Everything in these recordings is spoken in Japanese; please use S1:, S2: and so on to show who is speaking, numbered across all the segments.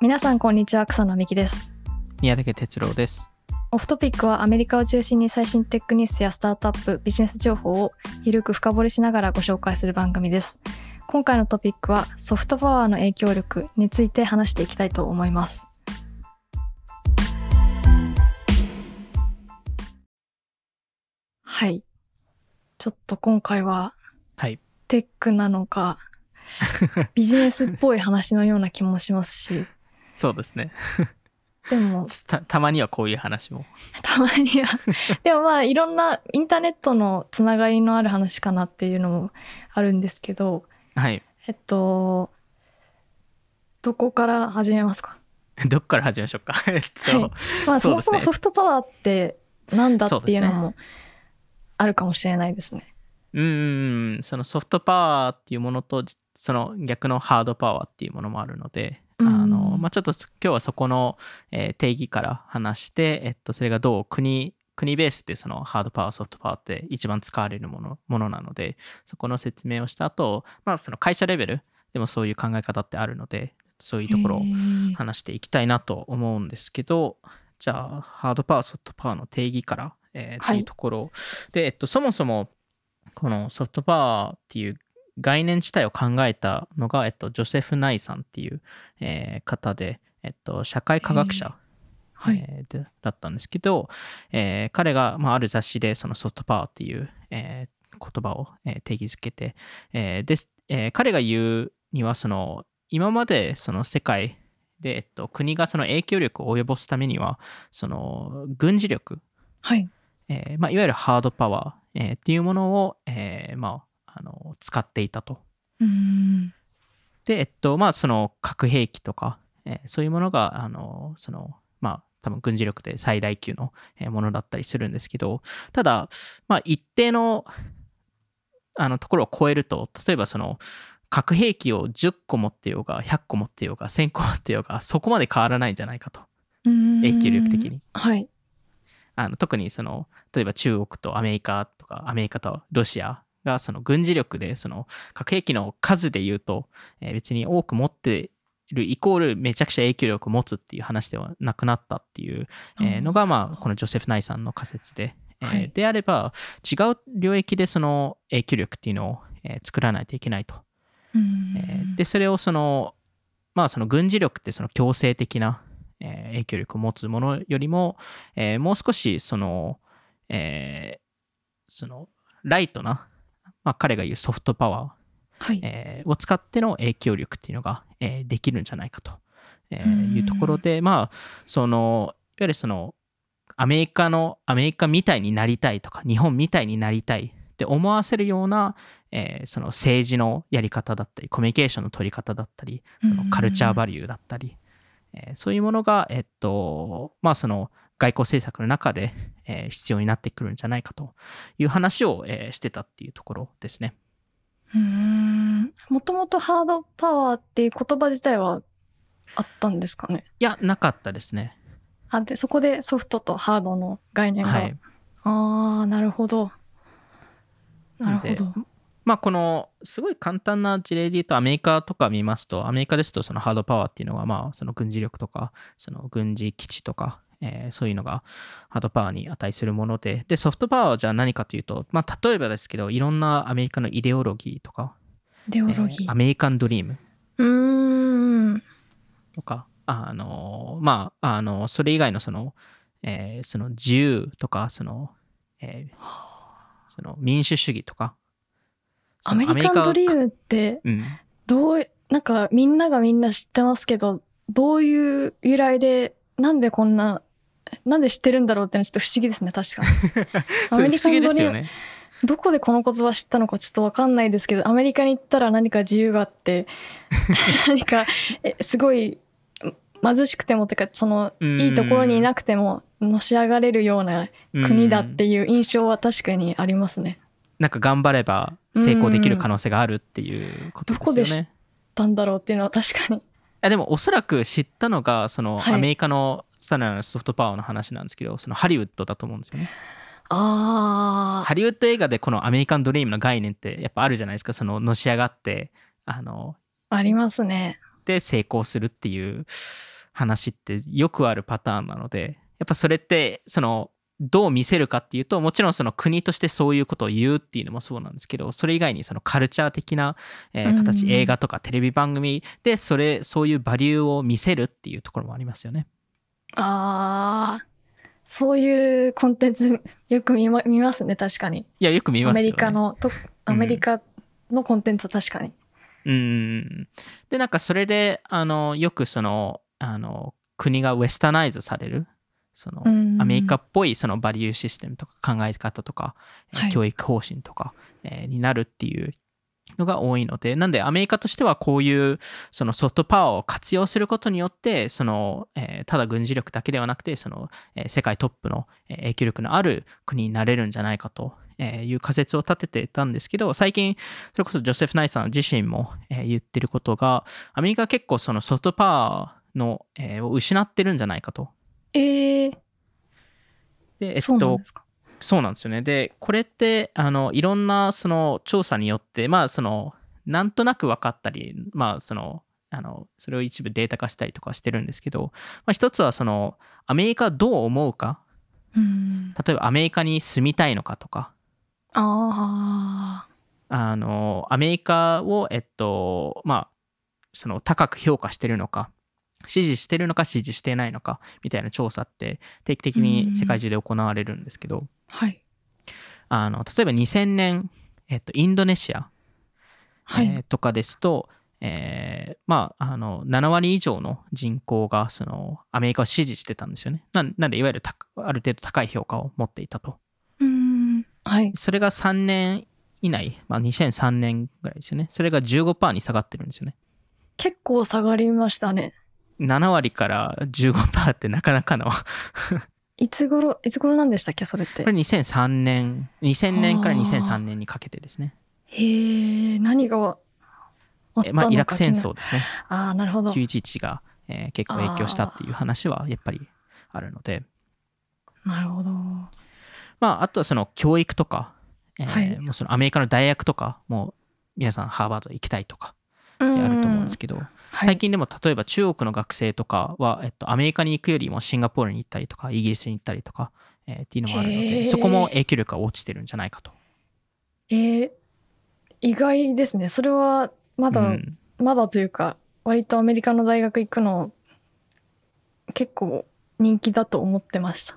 S1: 皆さんこんにちは草野美希です
S2: 宮武哲郎です。
S1: オフトピックはアメリカを中心に最新テックニュースやスタートアップビジネス情報をゆるく深掘りしながらご紹介する番組です今回のトピックはソフトパワーの影響力について話していきたいと思いますはいちょっと今回は
S2: はい。
S1: テックなのかビジネスっぽい話のような気もしますし
S2: そうですね。
S1: でも
S2: たたまにはこういう話も。
S1: たまに はでもまあいろんなインターネットのつながりのある話かなっていうのもあるんですけど
S2: はい。
S1: えっとどこから始めますか、
S2: どっから始めましょうか。 えっと、
S1: はいまあ、そ
S2: そう
S1: も
S2: ですね
S1: そもソフトパワーってなんだっていうの
S2: そう
S1: もあるかもしれないですね。
S2: うーん、そのソフトパワーっていうものと、その逆のハードパワーっていうものもあるので、あ
S1: うん
S2: の、まあ、ちょっと今日はそこの、えー定義から話して、えっと、それがどう国、国ベースでそのハードパワー、ソフトパワーって一番使われるものものなので、そこの説明をした後、まあ、その会社レベルでもそういう考え方ってあるので、そういうところを
S1: へー
S2: 話していきたいなと思うんですけどじゃあハードパワーソフトパワーの定義から、えー
S1: はい
S2: というところで、えっと、そもそもこのソフトパワーっていう概念自体を考えたのが、えっと、ジョセフ・ナイさんっていう、えー方で、えっと、社会科学者
S1: はい
S2: えーでだったんですけど、えー彼が、まあ、ある雑誌でそのソフトパワーっていう、えー言葉を、えー定義づけて、えーですえー彼が言うにはその今までその世界で、えっと、国がその影響力を及ぼすためにはその軍事力
S1: はい
S2: えーまあ、いわゆるハードパワー、えーっていうものを、えーまあ、あの使っていたと。
S1: うーん
S2: で、えっとまあ、その核兵器とか、えーそういうものがあのその、まあ、多分軍事力で最大級のえーものだったりするんですけどただ、まあ、一定のあのところを超えると例えばその核兵器を10個持ってようが100個持ってようが1000個持ってようがそこまで変わらないんじゃないかと
S1: うーん
S2: 影響力的に。
S1: はい
S2: あの特にその例えば中国とアメリカとかアメリカとロシアがその軍事力でその核兵器の数で言うと、えー別に多く持っているイコールめちゃくちゃ影響力を持つっていう話ではなくなったっていうえーのがまあこのジョセフ・ナイさんの仮説で、えー
S1: はい
S2: であれば違う領域でその影響力っていうのを、えー作らないといけないと
S1: うーん
S2: えーでそれをそのまあその軍事力ってその強制的な、えー影響力を持つものよりも、えーもう少しその,、えーそのライトな、まあ、彼が言うソフトパワ
S1: はい
S2: ー、えーを使っての影響力っていうのが、えーできるんじゃないかと、えー
S1: うん
S2: いうところでまあそのいわゆるそのアメリカのアメリカみたいになりたいとか日本みたいになりたいって思わせるような、えーその政治のやり方だったりコミュニケーションの取り方だったりそのカルチャーバリューだったり、えーそういうものが、えっとまあ、その外交政策の中で、えー必要になってくるんじゃないかという話を、えーしてたっていうところですね。
S1: うーんもともとハードパワーっていう言葉自体はあったんですかね
S2: いやなかったですね。
S1: あでそこでソフトとハードの概念が、
S2: はい、
S1: ああなるほどなる
S2: なん
S1: ほ
S2: で
S1: ど
S2: まあ、このすごい簡単な事例で言うとアメリカとか見ますとアメリカですとそのハードパワーっていうのがまあその軍事力とかその軍事基地とか、えーそういうのがハードパワーに値するものででソフトパワーじゃあ何かというと、まあ、例えばですけどいろんなアメリカのイデオロギーとか
S1: イデオロ
S2: え
S1: ギ
S2: ーア
S1: ー、
S2: メリカンドリーム
S1: うーん
S2: とかあのーまああのーそれ以外のその,、えーその自由とかその,、えーその民主主義とか
S1: アメリカンドリー
S2: ム、
S1: ムって
S2: うん、
S1: どうなんかみんながみんな知ってますけどどういう由来でなんでこんななんで知ってるんだろうってのはちょっと不思議ですね確かにア
S2: それ
S1: メ
S2: 不
S1: リカ
S2: 思議
S1: ン
S2: で
S1: ドリ
S2: す
S1: ー
S2: よ
S1: ム
S2: ね
S1: どこでこの言葉知ったのかちょっとわかんないですけどアメリカに行ったら何か自由があって 何かえすごい貧しくてもてかその
S2: うん
S1: いいところにいなくてものし上がれるような国だって
S2: うん
S1: いう印象は確かにありますね。
S2: なんか頑張れば成功できる可能性があるっていうこと
S1: うんど
S2: で
S1: こ
S2: す
S1: で
S2: よ
S1: 知
S2: ね。
S1: なんだろうっていうのは確かに。
S2: いやでもおそらく知ったのがその
S1: はい
S2: アメリカのさらなるソフトパワーの話なんですけど、そのハリウッドだと思うんですよね。
S1: ああ、
S2: ハリウッド映画でこのアメリカンドリームの概念ってやっぱあるじゃないですかそののし上がってあの
S1: ありますね。
S2: で成功するっていう話ってよくあるパターンなのでやっぱそれってそのどう見せるかっていうともちろんその国としてそういうことを言うっていうのもそうなんですけどそれ以外にそのカルチャー的な、えー形、
S1: うん
S2: 映画とかテレビ番組でそれそういうバリューを見せるっていうところもありますよね。
S1: ああ、そういうコンテンツよく見,、ま、見ますね、確かに。
S2: いやよく見
S1: ア
S2: ますよ、ね、
S1: メリカの、とアメリカのコンテンツは確かに。
S2: うんでなんかそれであのよくそのあの国がウェスタナイズされるその、
S1: うん
S2: アメリカっぽいそのバリューシステムとか考え方とか、えー
S1: はい
S2: 教育方針とか、えーになるっていうのが多いのでなんでアメリカとしてはこういうそのソフトパワーを活用することによってその、えーただ軍事力だけではなくてその、えー世界トップのえー影響力のある国になれるんじゃないかとえーいう仮説を立ててたんですけど最近それこそジョセフ・ナイさん自身もえー言ってることがアメリカは結構そのソフトパワーのえーを失ってるんじゃないかと。
S1: ええ
S2: でえっ
S1: そうなん
S2: と
S1: ですか。
S2: そうなんですよね。で、これって、あの、いろんな、その、調査によって、まあ、その、なんとなく分かったり、まあ、その、あの、それを一部データ化したりとかしてるんですけど、まあ、一つは、その、アメリカはどう思うか、
S1: うん、
S2: 例えばアメリカに住みたいのかとか、
S1: ああ、
S2: あの、アメリカを、えっと、まあ、その、高く評価してるのか、支持してるのか、支持してないのか、みたいな調査って、定期的に世界中で行われるんですけど、
S1: はい。
S2: あの例えば2000年、えっと、インドネシア、
S1: はい。
S2: えーとかですと、えーまあ、あの7割以上の人口がそのアメリカを支持してたんですよね。なんなんでいわゆるたある程度高い評価を持っていたと。
S1: うん、はい。
S2: それが3年以内、まあ、2003年ぐらいですよね。それが15%に下がってるんですよね。
S1: 結構下がりましたね。
S2: 7割から15%ってなかなかの。こ
S1: いつ頃、いつ頃なんでしたっけ、それって
S2: れ。2003年、2000年から
S1: あー
S2: 2003年にかけてですね。
S1: へえ、何があったのか気
S2: え
S1: に
S2: ま
S1: な
S2: あ、
S1: る。
S2: イラク戦争ですね。
S1: ああ、なるほど。
S2: 911が、えー結構影響したっていう話はやっぱりあるので
S1: なるほど。
S2: まああとはその教育とか、えー
S1: はい
S2: もうそのアメリカの大学とかも皆さんハーバード行きたいとかってあると思うんですけど、
S1: はい
S2: 最近でも例えば中国の学生とかは、えっと、アメリカに行くよりもシンガポールに行ったりとかイギリスに行ったりとか、えーっていうのもあるの
S1: へ
S2: で
S1: ー
S2: そこも影響力が落ちてるんじゃないかと。
S1: えー意外ですね。それはまだ、
S2: うん
S1: まだというか、割とアメリカの大学行くの、結構人気だと思ってました。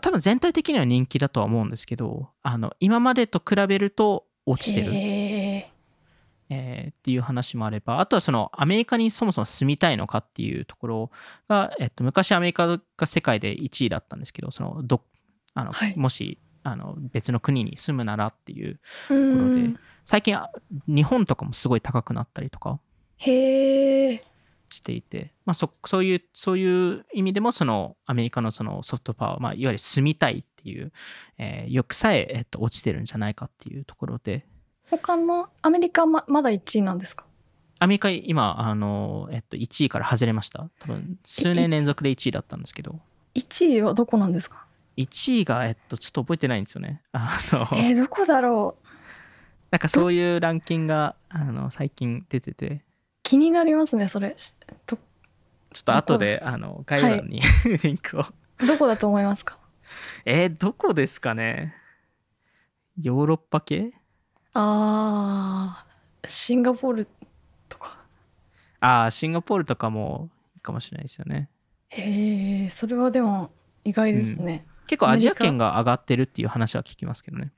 S2: 多分全体的には人気だとは思うんですけどあの今までと比べると落ちてる
S1: へ
S2: えーっていう話もあればあとはそのアメリカにそもそも住みたいのかっていうところが、えっと、昔アメリカが世界で1位だったんですけどそのどあの、
S1: はい
S2: もしあの別の国に住むならっていう
S1: え。う
S2: ところで
S1: ん。
S2: 最近あ日本とかもすごい高くなったりとか
S1: へえ。
S2: していて、まあ、そそういうそういう意味でもそのアメリカのそのソフトパワー、まあ、いわゆる住みたいっていう、えー欲さえ、えっと、落ちてるんじゃないかっていうところで
S1: 他の、アメリカはままだ1位なんですか
S2: アメリカ今あの、えっと、1位から外れました多分数年連続で1位だったんですけど
S1: ?1 位はどこなんですか
S2: 1位が、えっと、ちょっと覚えてないんですよねあの
S1: えー、どこだろう
S2: なんかそういうランキングがあの最近出てて
S1: 気になりますね、それ。しど、
S2: ちょっと後であの概要欄に、 リンクを
S1: どこだと思いますか
S2: えーどこですかねヨーロッパ系
S1: あー、シンガポールとか。
S2: ああシンガポールとかもいいかもしれないですよね
S1: へえ、それはでも意外ですね。
S2: 結構アジア圏が上がってるっていう話は聞きますけどね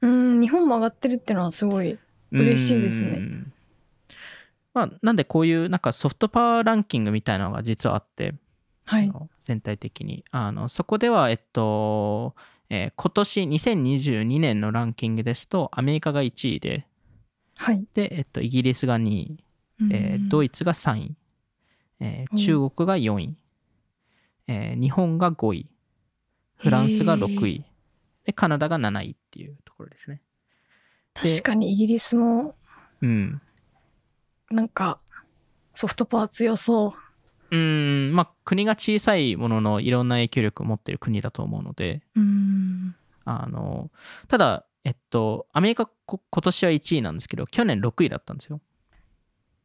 S1: うん、日本も上がってるっていうのはすごい。嬉しいですね
S2: うん。まあ、なんでこういうなんかソフトパワーランキングみたいなのが実はあって、
S1: は
S2: あ
S1: い。
S2: の全体的にあのそこでは、えっとえー今年2022年のランキングですとアメリカが1位で
S1: はい。
S2: で、えっと、イギリスが2位、えー
S1: うん
S2: ドイツが3位、えー
S1: うん
S2: 中国が4位、えー日本が5位フランスが6
S1: へえ
S2: 位でカナダが7位っていうところですね。
S1: 確かにイギリスも
S2: うん
S1: なんかソフトパワー強そう。
S2: うん、まあ国が小さいもののいろんな影響力を持っている国だと思うので、
S1: うん。
S2: あの、ただ、えっと、アメリカこ今年は1位なんですけど、去年6位だったんですよ。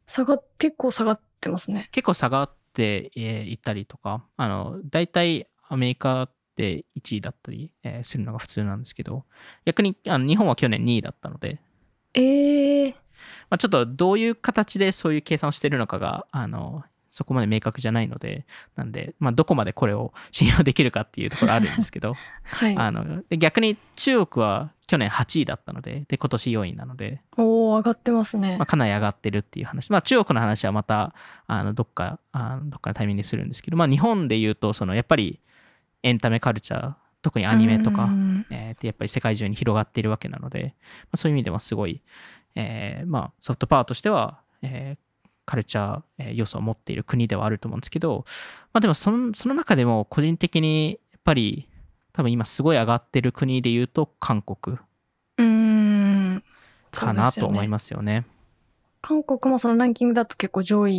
S1: 下が、結構下がってますね。
S2: 結構下がっってえーいったりとか、あの、大体アメリカって1位だったりえーするのが普通なんですけど、逆にあの日本は去年2位だったので、
S1: ええ
S2: まあ、ちょっとどういう形でそういう計算をしてるのかが、あの、そこまで明確じゃないので、なんで、まあ、どこまでこれを信用できるかっていうところあるんですけど、
S1: はい。
S2: あので逆に中国は去年8位だったので、で今年4位なので、
S1: おお上がってますね
S2: まあ、。かなり上がってるっていう話、まあ、中国の話はまたあのどっかあのどっかのタイミングでするんですけど、まあ、日本でいうとそのやっぱりエンタメカルチャー特にアニメと
S1: う
S2: か、
S1: ん
S2: えーってやっぱり世界中に広がっているわけなので、まあ、そういう意味ではすごい、えーまあ、ソフトパワーとしては、えーカルチャー、えー要素を持っている国ではあると思うんですけど、まあ、でもそのその中でも個人的にやっぱり多分今すごい上がってる国で言うと韓国
S1: うーん。
S2: かなと思い
S1: ます。
S2: ますよね。
S1: 韓国もそのランキングだと結構上位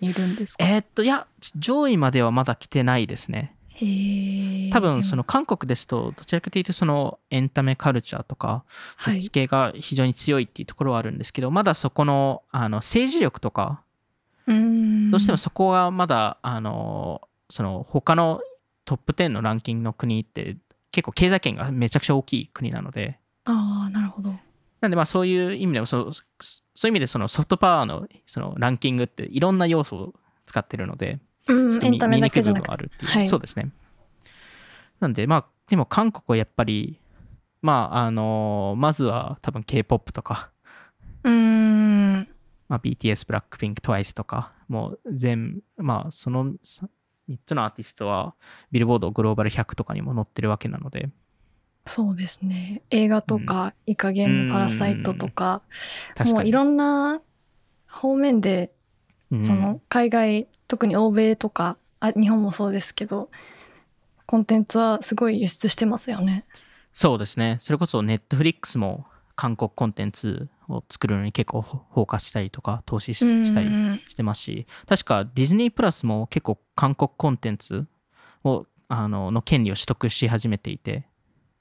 S1: にいるんですか
S2: えーっと、いや、上位まではまだ来てないですね。
S1: へー
S2: 多分、その韓国ですと、どちらかというと、そのエンタメカルチャーとか、
S1: は
S2: そっ
S1: い
S2: ち系が非常に強いっていうところはあるんですけど、まだそこの、あの、政治力とか、
S1: うーん
S2: どうしてもそこがまだ、あの、その、他のトップ10のランキングの国って、結構経済圏がめちゃくちゃ大きい国なので、
S1: ああなるほど
S2: なんでまあそういう意味でもそう、そういう意味でそのソフトパワーのそのランキングっていろんな要素を使ってるので、
S1: う
S2: ちょっ
S1: ん
S2: と
S1: エ
S2: 見
S1: ンタメだけじゃなく
S2: 見に
S1: て
S2: くい部分はあるっていう、
S1: はい
S2: そうですね。なんで、まあ、でも韓国はやっぱり、まあ、あのまずは多分 K-POP とか、
S1: うーん
S2: まあ、BTS、ブラックピンク、TWICE とか、もう全、まあ、そのさ3つのアーティストは、ビルボードグローバル100とかにも載ってるわけなので、
S1: そうですね映画とか、イカゲームパラサイトとか
S2: 確
S1: も
S2: か
S1: うい
S2: に。
S1: ろんな方面で
S2: うん
S1: その海外、特に欧米とかあ日本もそうですけどコンテンツはすごい輸出してますよね
S2: そうですね。それこそ Netflix も韓国コンテンツを作るのに結構フォーカスしたりとか、投資ししたり
S1: うんうん
S2: してますし、確かディズニープラスも結構韓国コンテンツをあのの権利を取得し始めていて、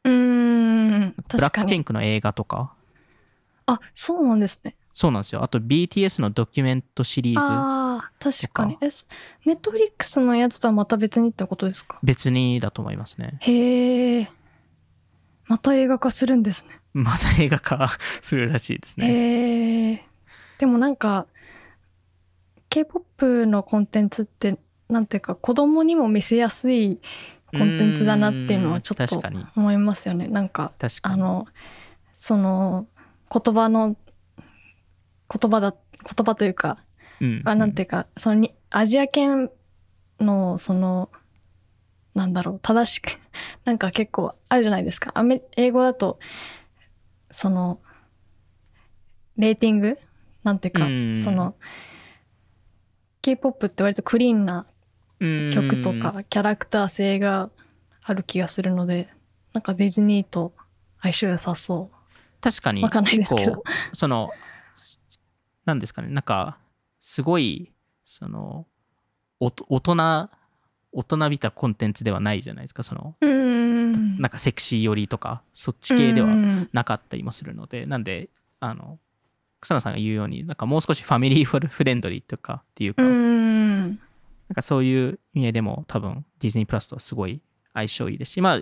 S1: うーん
S2: ブ
S1: 確
S2: ラッ
S1: か
S2: クピ
S1: に
S2: ンクの映画とか、
S1: あそうなんですね
S2: そうなんですよ。あと BTS のドキュメントシリーズ、
S1: ああ確かにえネットフリックスのやつとはまた別にってことですか
S2: 別にだと思いますね。
S1: へえまた映画化するんですね
S2: また映画化するらしいですね。
S1: へえでもなんか k p o p のコンテンツってなんていうか子供にも見せやすいコンテンツだなっていうのはちょっ
S2: 確
S1: と
S2: かに。
S1: 思いますよねなんか
S2: 確か
S1: あ
S2: に。
S1: のその言葉の言葉だ言葉というか
S2: うん
S1: あなんていうかそのにアジア圏のそのなんだろう正しく なんか結構あるじゃないですかアメ英語だとそのレーティングなんていうか
S2: うん
S1: その k p o p って割とクリーンな
S2: うん
S1: 曲とかキャラクター性がある気がするのでなんかディズニーと相性良さそ
S2: 確かに
S1: うわかんないですけど
S2: こうその何ですかねなんかすごいそのおと大人大人びたコンテンツではないじゃないですかその
S1: うーん
S2: なんかセクシー寄りとかそっち系で
S1: う
S2: は
S1: ん
S2: なかったりもするのでなんであの草野さんが言うようになんかもう少しファミリーフレンドリーとかっていう
S1: う
S2: か、なん
S1: ーん
S2: かそういう意味でも多分ディズニープラスとはすごい相性いいですしまあ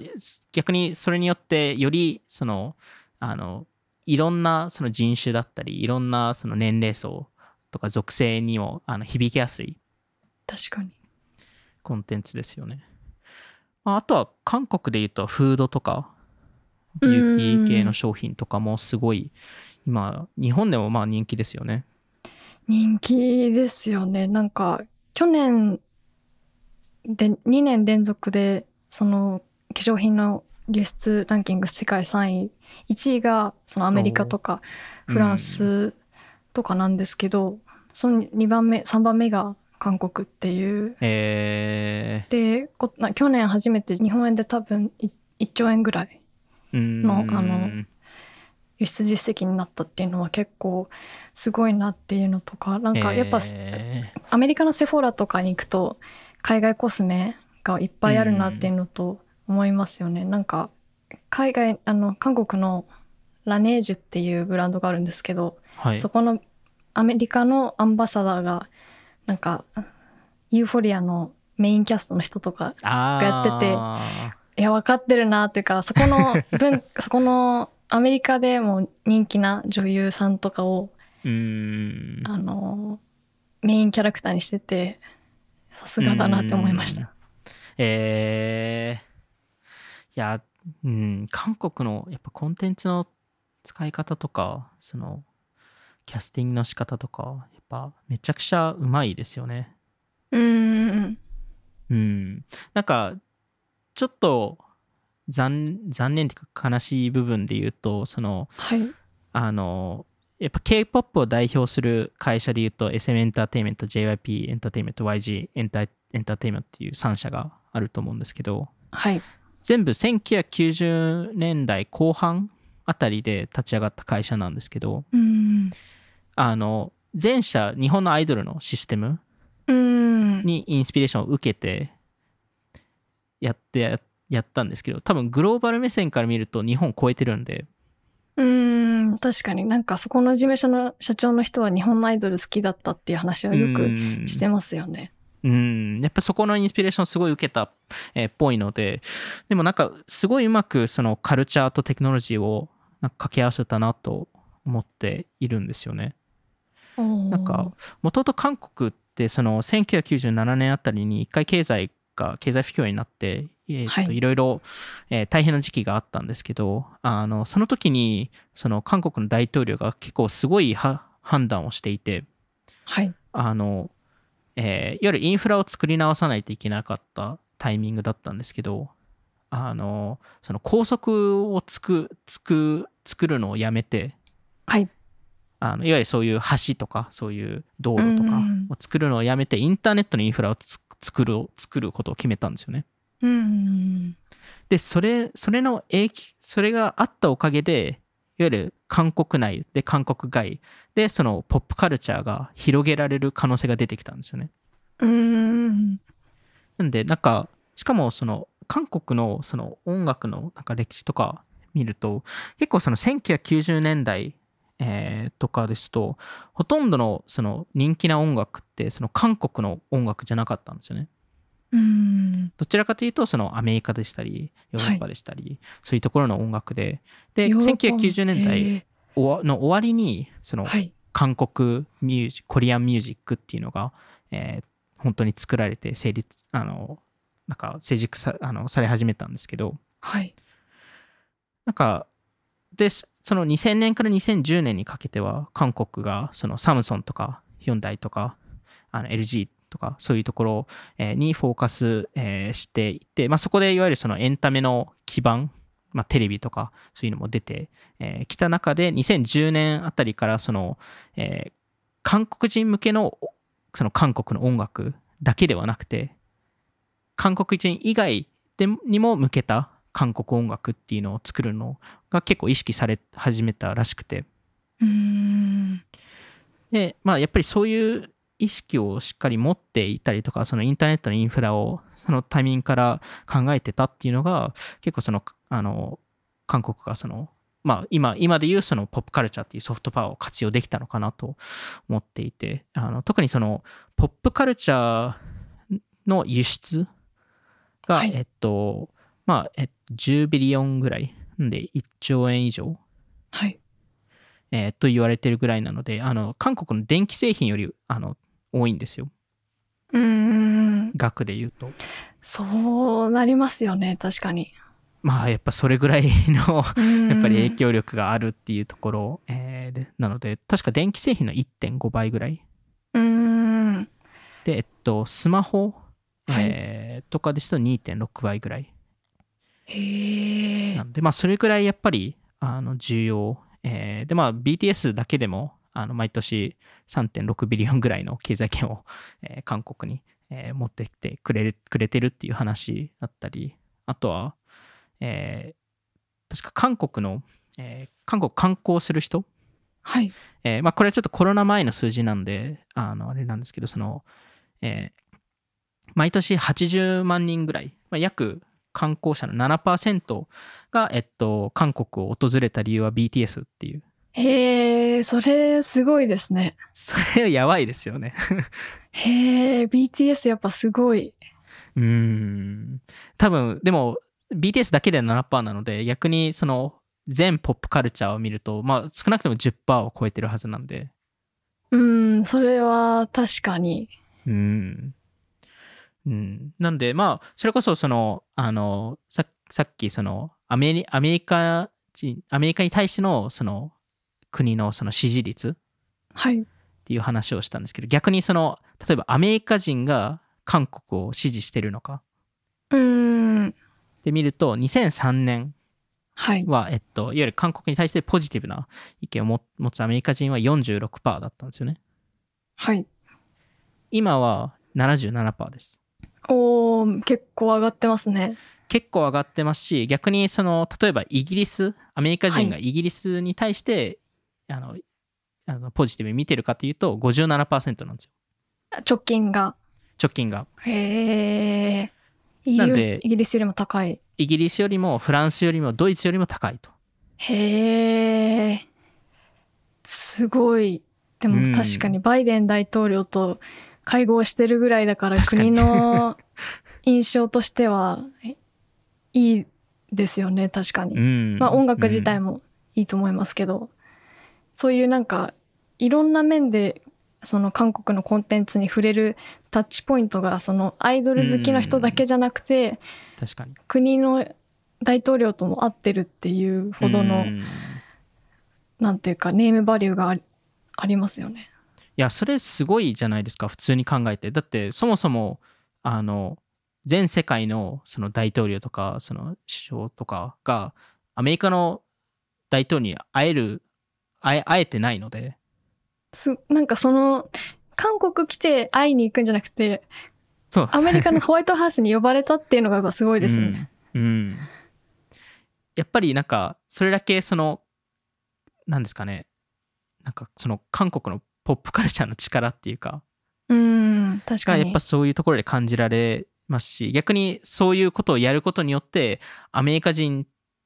S2: 逆にそれによってよりそのあのいろんなその人種だったりいろんなその年齢層とか属性にもあの響きやすい
S1: 確かに
S2: コンテンツですよね。まああとは韓国で言うとフードとかビューティー系の商品とかもすごい今日本でもまあ人気ですよね。
S1: 人気ですよねなんか去年で2年連続でその化粧品の流出ランキング世界3位1位がそのアメリカとか
S2: おー
S1: フランスとかなんですけど、その2番目3番目が韓国っていう
S2: え
S1: でこな去年初めて日本円で多分い 1, 兆円ぐらい
S2: ー、うーん
S1: のあの輸出実績になったっていうのは結構すごいなっていうのとかなんかやっぱ、
S2: えー
S1: アメリカのセフォーラとかに行くと海外コスメがいっぱいあるなっていうのと思いますよね。なんか海外あの韓国のラネージュっていうブランドがあるんですけど、
S2: はい
S1: そこのアメリカのアンバサダーがなんかユーフォリアのメインキャストの人とか、
S2: あー
S1: がいや、分かってるなっていうか、そこ の文、そこのアメリカでも人気な女優さんとかを、
S2: うーん
S1: あのメインキャラクターにしてて、さすがだなって思いまし
S2: うん
S1: た。
S2: えーいや、うん、韓国のやっぱコンテンツの使い方とか、そのキャスティングの仕方とか、やっぱめちゃくちゃうまいですよね。
S1: うんうんうん。
S2: うん。なんか、ちょっと残残念というか悲しい部分で言うと、その、
S1: はい。
S2: あの、やっぱ K-POP を代表する会社で言うと SM エンターテインメント、JYP エンターテインメント、YG エンタエンターテインメントっていう3社があると思うんですけど、
S1: はい。
S2: 全部1990年代後半あたりで立ち上がった会社なんですけど、
S1: うん
S2: あの、全社日本のアイドルのシステム
S1: うん。うん。
S2: にインスピレーションを受けてやってややったんですけど、多分グローバル目線から見ると日本を超えてるんで、
S1: うーん、確かになんかそこの事務所の社長の人は日本のアイドル好きだったっていう話はよ
S2: う
S1: く
S2: ん
S1: してますよね。
S2: うん、やっぱそこのインスピレーションすごい受けたえーっぽいので、でもなんかすごいうまくそのカルチャーとテクノロジーをなんか掛け合わせたなと思っているんですよね。
S1: な
S2: なんか、もともと韓国ってその1997年あたりに一回経済が経済不況になって、えーっと
S1: はい
S2: いろいろ、えー大変な時期があったんですけどあのその時にその韓国の大統領が結構すごいは判断をしていて
S1: はい。
S2: あの、えーいわゆるインフラを作り直さないといけなかったタイミングだったんですけどあのその高速をつくつく作るのをやめて
S1: はい。
S2: あのいわゆるそういう橋とかそういう道路と
S1: う
S2: か
S1: んうん
S2: を作るのをやめてインターネットのインフラをつ作る作ることを決めたんですよね。
S1: うん。
S2: でそれそれの影響それがあったおかげでいわゆる韓国内で韓国外でそのポップカルチャーが広げられる可能性が出てきたんですよね。
S1: うん。
S2: なんでなんかしかもその韓国のその音楽のなんか歴史とか見ると結構その1990年代、えーとかですとほとんどのその人気な音楽ってその韓国の音楽じゃなかったんですよね。
S1: うん。
S2: どちらかというとそのアメリカでしたりヨーロッパでしたり、そういうところの音楽でで
S1: ヨーロッパも
S2: 1990年
S1: へ
S2: 代
S1: え
S2: おわの終わりにその
S1: はい。
S2: 韓国ミュージコリアンミュージックっていうのが、えー本当に作られて成立あのなんか成熟さあのされ始めたんですけど
S1: はい。
S2: なんかでその2000年から2010年にかけては韓国がそのサムソンとかヒョンダイとかあの LG とかそういうところ、えーにフォーカス、えーしていて、まあ、そこでいわゆるそのエンタメの基盤、まあ、テレビとかそういうのも出てき、えー来た中で2010年あたりからその、えー韓国人向けのその韓国の音楽だけではなくて韓国人以外でにも向けた韓国音楽っていうのを作るのが結構意識され始めたらしくて
S1: うん。
S2: で、まあ、やっぱりそういう意識をしっかり持っていたりとかそのインターネットのインフラをそのタイミングから考えてたっていうのが結構そのあの韓国がその、まあ、今今でいうそのポップカルチャーっていうソフトパワーを活用できたのかなと思っていてあの特にそのポップカルチャーの輸出が、
S1: はい
S2: えっとまあえ10ビリオンぐらいなんで1兆円以上
S1: はい。
S2: えーと言われてるぐらいなのであの韓国の電気製品よりあの多いんですよ
S1: うん。
S2: 額で言うと
S1: そうなりますよね、確か に。
S2: まあやっぱそれぐらいの
S1: や
S2: やっぱり影。響力があるっていうところ、えーでなので確か電気製品の1.5倍ぐらい
S1: うん。
S2: でえっとスマホ、
S1: はい
S2: えーとかですと2.6倍ぐらい
S1: へえ
S2: な。んでまあそれぐらいやっぱりあの重要、えーでまあ BTS だけでもあの毎年3.6ビリオンぐらいの経済圏を、 えー韓国に、えー持ってきてくれるくれてるっていう話だったりあとは、えー確か韓国の、えー韓国観光する人、
S1: はい。
S2: えーまあ、これはちょっとコロナ前の数字なんであのあれなんですけどその、えー毎年80万人ぐらい、まあ、約観光者の7%が、えっと、韓国を訪れた理由は BTS っていう
S1: へえー、それすごいですね。
S2: それはやばいですよね。
S1: へえ、BTS やっぱすごい。
S2: うーん。多分、でも、BTS だけで7%なので、逆にその、全ポップカルチャーを見ると、まあ、少なくとも10%を超えてるはずなんで。
S1: うん、それは確かに。
S2: うん。うん、なんで、まあ、それこそ、その、あの、ささっき、その、アメリアメリカ人、アメリカに対しての、その、国のその支持率
S1: はい。
S2: っていう話をしたんですけど逆にその例えばアメリカ人が韓国を支持してるのか
S1: うん、
S2: で見ると2003年
S1: はい。
S2: は、えっと、いわゆる韓国に対してポジティブな意見をも持つアメリカ人は46%だったんですよね
S1: はい。
S2: 今は77%です
S1: おー、結構上がってますね。
S2: 結構上がってますし逆にその例えばイギリスアメリカ人がイギリスに対して、あのあのポジティブに見てるかというと57%なんですよ
S1: 直近が。
S2: 直近が
S1: へえ。イギ
S2: なん
S1: リ
S2: で
S1: スイギリスよりも高い。
S2: イギリスよりもフランスよりもドイツよりも高いと
S1: へえ。すごい。で
S2: うん
S1: も確かにバイデン大統領と会合してるぐらいだから
S2: 確かに
S1: 国の印象としてはいいですよね、確かに。
S2: うん
S1: まあ音楽自
S2: うん
S1: 体もいいと思いますけど、そういうなんかいろんな面でその韓国のコンテンツに触れるタッチポイントがそのアイドル好きの人だけじゃなくて、
S2: 確かに
S1: 国の大統領とも合ってるっていうほどの、
S2: うんい
S1: なんていうかネームバリューがありありますよね。
S2: やそれすごいじゃないですか普通に考えてだってそもそもあの全世界のその大統領とかその首相とかがアメリカの大統領に会える会え会えてないのです
S1: なんかその韓国来て会いに行くんじゃなくて
S2: そう
S1: アメリカ のホワイトハウスに呼ばれたっていうのがやっぱすごいですよね。
S2: うん、うんやっぱりなんかそれだけそのなんですかねなんかその韓国のポップカルチャーの力っていうか
S1: うん確
S2: が
S1: かに。
S2: やっぱそういうところで感じられますし逆にそういうことをやることによってアメリカ人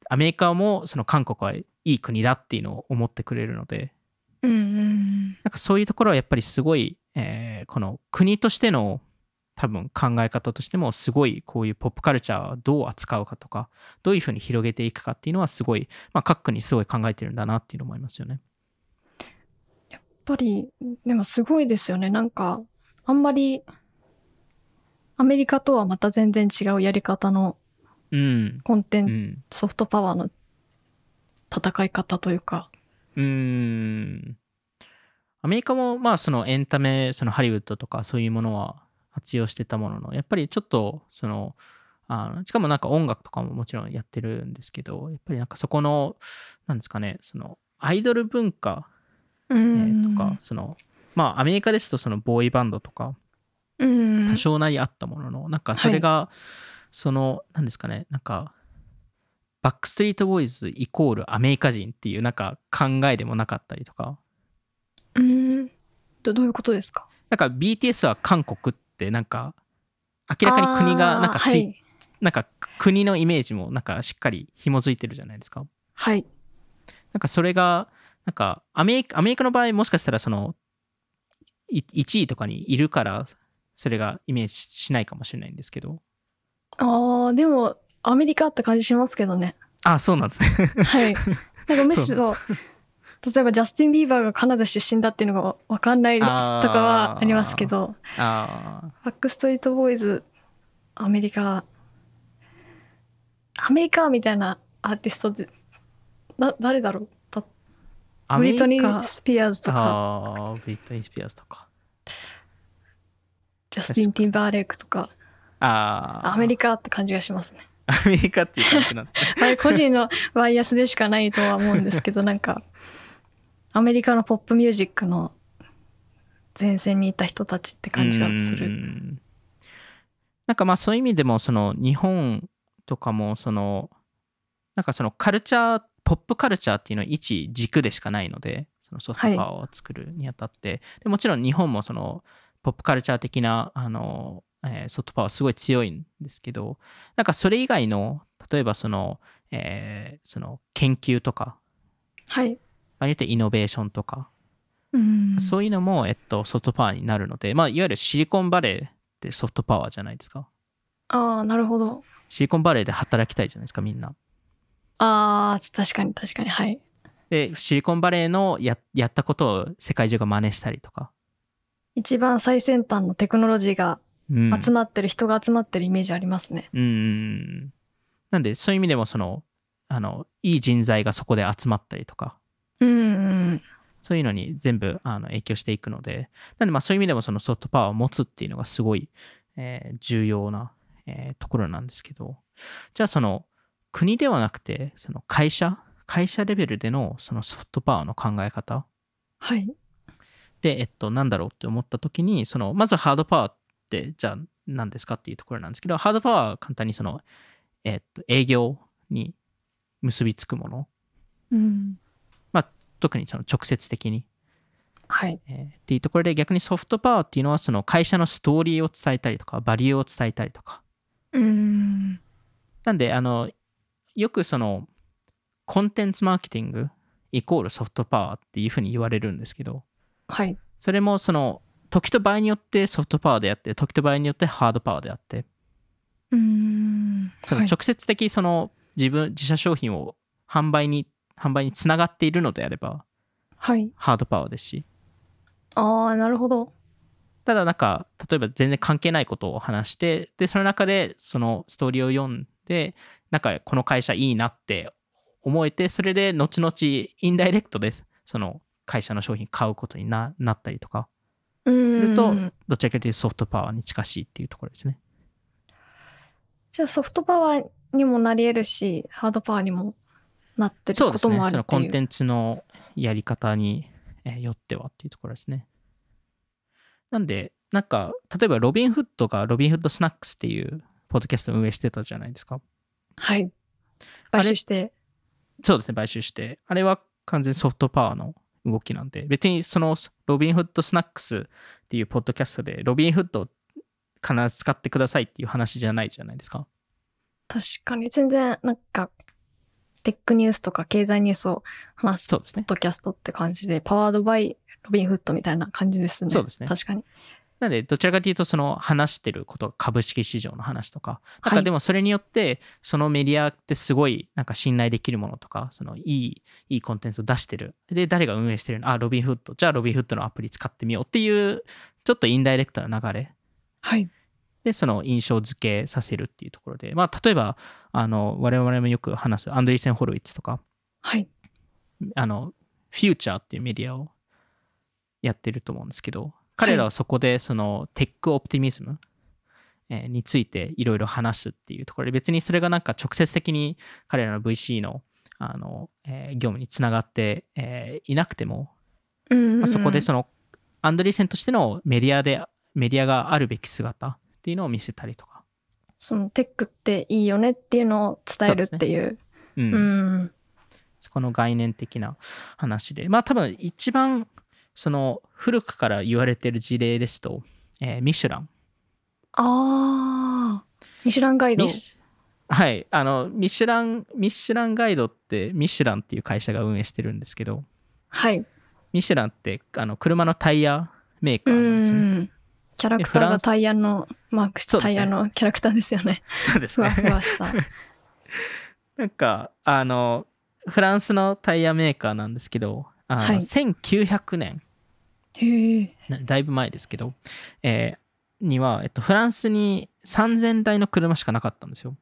S2: アメリカもその韓国はいい国だっていうのを思ってくれるので
S1: うんうん
S2: なんかそういうところはやっぱりすごい、えーこの国としての多分考え方としてもすごいこういうポップカルチャーをどう扱うかとかどういうふうに広げていくかっていうのはすごい、まあ、各国すごい考えてるんだなっていうのを思いますよね。
S1: やっぱりでもすごいですよねなんかあんまりアメリカとはまた全然違うやり方の
S2: うん、
S1: コンテン
S2: う
S1: ツ、
S2: ん
S1: ソフトパワーの戦い方というか
S2: うーん。アメリカも、まあ、そのエンタメ、そのハリウッドとかそういうものは活用してたものの、やっぱりちょっと、その、あのしかもなんか音楽とかももちろんやってるんですけど、やっぱりなんかそこの、なんですかね、その、アイドル文化、
S1: う
S2: え
S1: ん
S2: ーとか、その、まあ、アメリカですと、その、ボーイバンドとか、
S1: うん
S2: 多少なりあったものの、なんかそれが、その、なんですかね、なんか、バックストリートボーイズイコールアメリカ人っていうなんか考えでもなかったりとか、
S1: うんどどういうことですか
S2: なんか BTS は韓国ってなんか明らかに国がなんか
S1: あ
S2: つ
S1: ー
S2: い、
S1: はい、
S2: なんか国のイメージもなんかしっかり紐づいてるじゃないですか。
S1: はい、
S2: なんかそれがなんかアメリカアメリカの場合もしかしたらその1位とかにいるからそれがイメージしないかもしれないんですけど。
S1: あーでもアメリカって感じしますけどね
S2: あそうなん ですね。
S1: はいなんかむしろ例えばジャスティン・ビーバーがカナダ出身だっていうのがわかんないとかはありますけど
S2: あー
S1: バックストリートボーイズアメリカアメリカみたいなアーティストでな誰だろうた
S2: ア
S1: ブリ
S2: メリ
S1: ト
S2: カ
S1: ニー・スピアーズとか
S2: あーブリトニー・スピアーズとか。
S1: ジャスティン・ティンバーレイクとか
S2: あー
S1: アメリカって感じがしますね。
S2: アメリカっていう感じなんですね。
S1: まあ個人のバイアスでしかないとは思うんですけ どなんかアメリカのポップミュージックの前線にいた人たちって感じがす
S2: う
S1: る。
S2: んなんかまあそういう意味でもその日本とかもそのなんかそのカルチャーポップカルチャーっていうのは一軸でしかないのでそのソフトパワーを作るにあたって、でもちろん日本もそのポップカルチャー的なあの、えーソフトパワーすごい強いんですけどなんかそれ以外の例えばその,、えーその研究とか
S1: はい。
S2: 場合によってイノベーションとか、
S1: うん
S2: そういうのも、えっと、ソフトパワーになるので、まあ、いわゆるシリコンバレーってソフトパワーじゃないですか。
S1: ああなるほど
S2: シリコンバレーで働きたいじゃないですか、みんな。
S1: ああ確かに確かにはい
S2: で、シリコンバレーのややったことを世界中が真似したりとか。
S1: 一番最先端のテクノロジーが
S2: うん、
S1: 集まってる、人が集まってるイメージありますね
S2: うんうんうん。なんで、そういう意味でも、その、あの、いい人材がそこで集まったりとか、
S1: うんうん
S2: そういうのに全部あの影響していくので、なんでまあそういう意味でもそのソフトパワーを持つっていうのがすごい、えー重要な、えーところなんですけど、じゃあその国ではなくて、その会社、会社レベルでのそのソフトパワーの考え方
S1: はい
S2: で、えっと、なんだろうって思った時に、そのまずハードパワーってじゃあ何ですかっていうところなんですけど、ハードパワーは簡単にその、えっと、営業に結びつくもの、
S1: うん
S2: まあ特にその直接的に
S1: はい
S2: えーっていうところで逆にソフトパワーっていうのはその会社のストーリーを伝えたりとかバリューを伝えたりとか
S1: うん
S2: なんであのよくそのコンテンツマーケティングイコールソフトパワーっていうふうに言われるんですけど
S1: はい
S2: それもその時と場合によってソフトパワーであって時と場合によってハードパワーであって
S1: うん
S2: その
S1: はい
S2: 直接的その自分自社商品を販売に販売につながっているのであれば
S1: はい
S2: ハードパワーですし
S1: ああなるほど
S2: ただなんか例えば全然関係ないことを話してでその中でそのストーリーを読んでなんかこの会社いいなって思えてそれで後々インダイレクトですその会社の商品買うことにななったりとか
S1: うん
S2: するとどちらかというとソフトパワーに近しいっていうところですね
S1: じゃあソフトパワーにもなり得るしハードパワーにもなってる
S2: そう
S1: こ
S2: です
S1: と
S2: ね
S1: もあ
S2: そ
S1: る
S2: の
S1: って
S2: コ
S1: い
S2: ン
S1: う
S2: テンツのやり方にえーよってはっていうところですねなんでなんか例えばロビン・フッドがロビン・フッド・スナックスっていうポッドキャストを運営してたじゃないですか
S1: はい
S2: あ
S1: 買
S2: れ
S1: 収して
S2: そうですね、買収して。あれは完全にソフトパワーの動きなんで、別にそのロビンフッドスナックスっていうポッドキャストで、ロビンフッドを必ず使ってくださいっていう話じゃないじゃないですか。
S1: 確かに全然なんかテックニュースとか経済ニュースを話す
S2: そうですね
S1: ポッ。ドキャストって感じで、パワードバイロビンフッドみたいな感じですね。
S2: そうですね
S1: 確かに。
S2: なので、どちらかというと、その話してることが株式市場の話とか、なん
S1: は
S2: か
S1: い
S2: でもそれによって、そのメディアってすごいなんか信頼できるものとか、そのいい、いいコンテンツを出してる。で、誰が運営してるのあ、ロビンフッド。じゃあロビンフッドのアプリ使ってみようっていう、ちょっとインダイレクトな流れ
S1: はい。
S2: でその印象付けさせるっていうところで、まあ、例えばあの我々もよく話すアンドリーセン・ホルイッツとか
S1: はい。
S2: あのフューチャーっていうメディアをやってると思うんですけど彼らはそこでそのテックオプティミズムえーについていろいろ話すっていうところで別にそれがなんか直接的に彼らの VC のあの、えー業務につながって、えーいなくても
S1: うんうんうん
S2: まあ、そこでそのアンドリーセンとしてのメディアでメディアがあるべき姿っていうのを見せたりとか、
S1: そのテックっていいよねっていうのを伝えるっていう。
S2: うん
S1: うん。
S2: そこの概念的な話でまあ多分一番その古くから言われてる事例ですと、えーミシュラン
S1: ああ。ミシュランガイド
S2: ミ。シはいあのミシュランミシュランガイドってミシュランっていう会社が運営してるんですけど
S1: はい。
S2: ミシュランってあの車のタイヤメーカ
S1: う
S2: ーなんですよね
S1: ん。キャラクタ
S2: で
S1: ー
S2: フラ
S1: が
S2: ンス
S1: タイヤのマークし
S2: そ
S1: た
S2: う
S1: タイ
S2: ですね
S1: ヤのキャラクターですよね。
S2: そうです
S1: ふわ
S2: ね
S1: ふわ した。
S2: なんかあのフランスのタイヤメーカーなんですけどあの、
S1: はい
S2: 1900年
S1: へえ。
S2: なだいぶ前ですけど、えーには、えっと、フランスに3000台の車しかなかったんですよ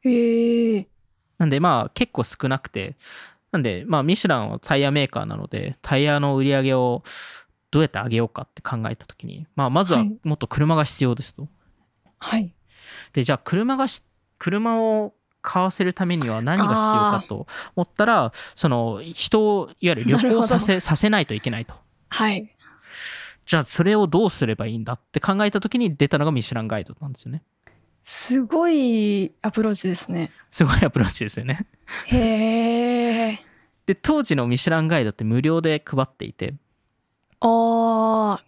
S1: へえ。
S2: なんでまあ結構少なくてなんでまあミシュランはタイヤメーカーなのでタイヤの売り上げをどうやって上げようかって考えた時に、まあ、まずは
S1: はい
S2: もっと車が必要ですと、
S1: はい。
S2: でじゃあ車がし車を買わせるためには何が必要かと思ったらその人をいわゆる旅行させさせないといけないと
S1: はい。
S2: じゃあそれをどうすればいいんだって考えた時に出たのがミシュランガイドなんですよね
S1: すごいアプローチですね。
S2: すごいアプローチですよね
S1: へえ。
S2: で当時のミシュランガイドって無料で配っていて
S1: ああ。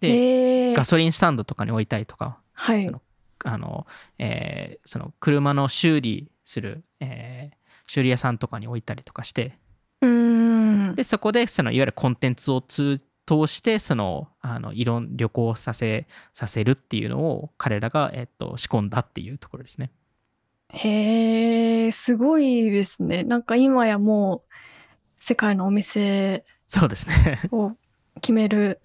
S2: で
S1: へえ
S2: ガソリンスタンドとかに置いたりとか
S1: はい。
S2: そのあの、えーその車の修理する、えー修理屋さんとかに置いたりとかして
S1: うーん。うん
S2: でそこでそのいわゆるコンテンツを通通してそのあのいろん旅行させさせるっていうのを彼らが、えっと、仕込んだっていうところですね。
S1: へえすごいですねなんか今やもう世界のお店
S2: そうです ね。
S1: を決める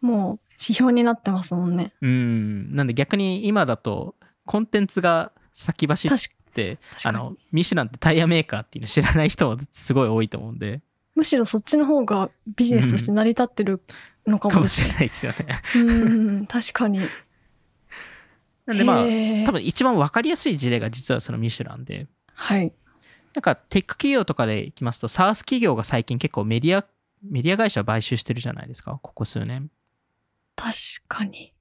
S1: もう指標になってますもんね
S2: うんなんで逆に今だとコンテンツが先走っ
S1: 確か
S2: て
S1: 確か
S2: あ
S1: に
S2: のミシュランってタイヤメーカーっていうの知らない人もすごい多いと思うんで
S1: むしろそっちの方がビジネスとして成り立ってるのか
S2: か
S1: も
S2: も
S1: です
S2: しれないで すよね。
S1: うん確かに
S2: なんでまあ
S1: へー
S2: 多分一番分かりやすい事例が実はそのミシュランで
S1: はい
S2: なんかテック企業とかでいきますと s a ス s 企業が最近結構メディアメディア会社を買収してるじゃないですかここ数年。
S1: 確かに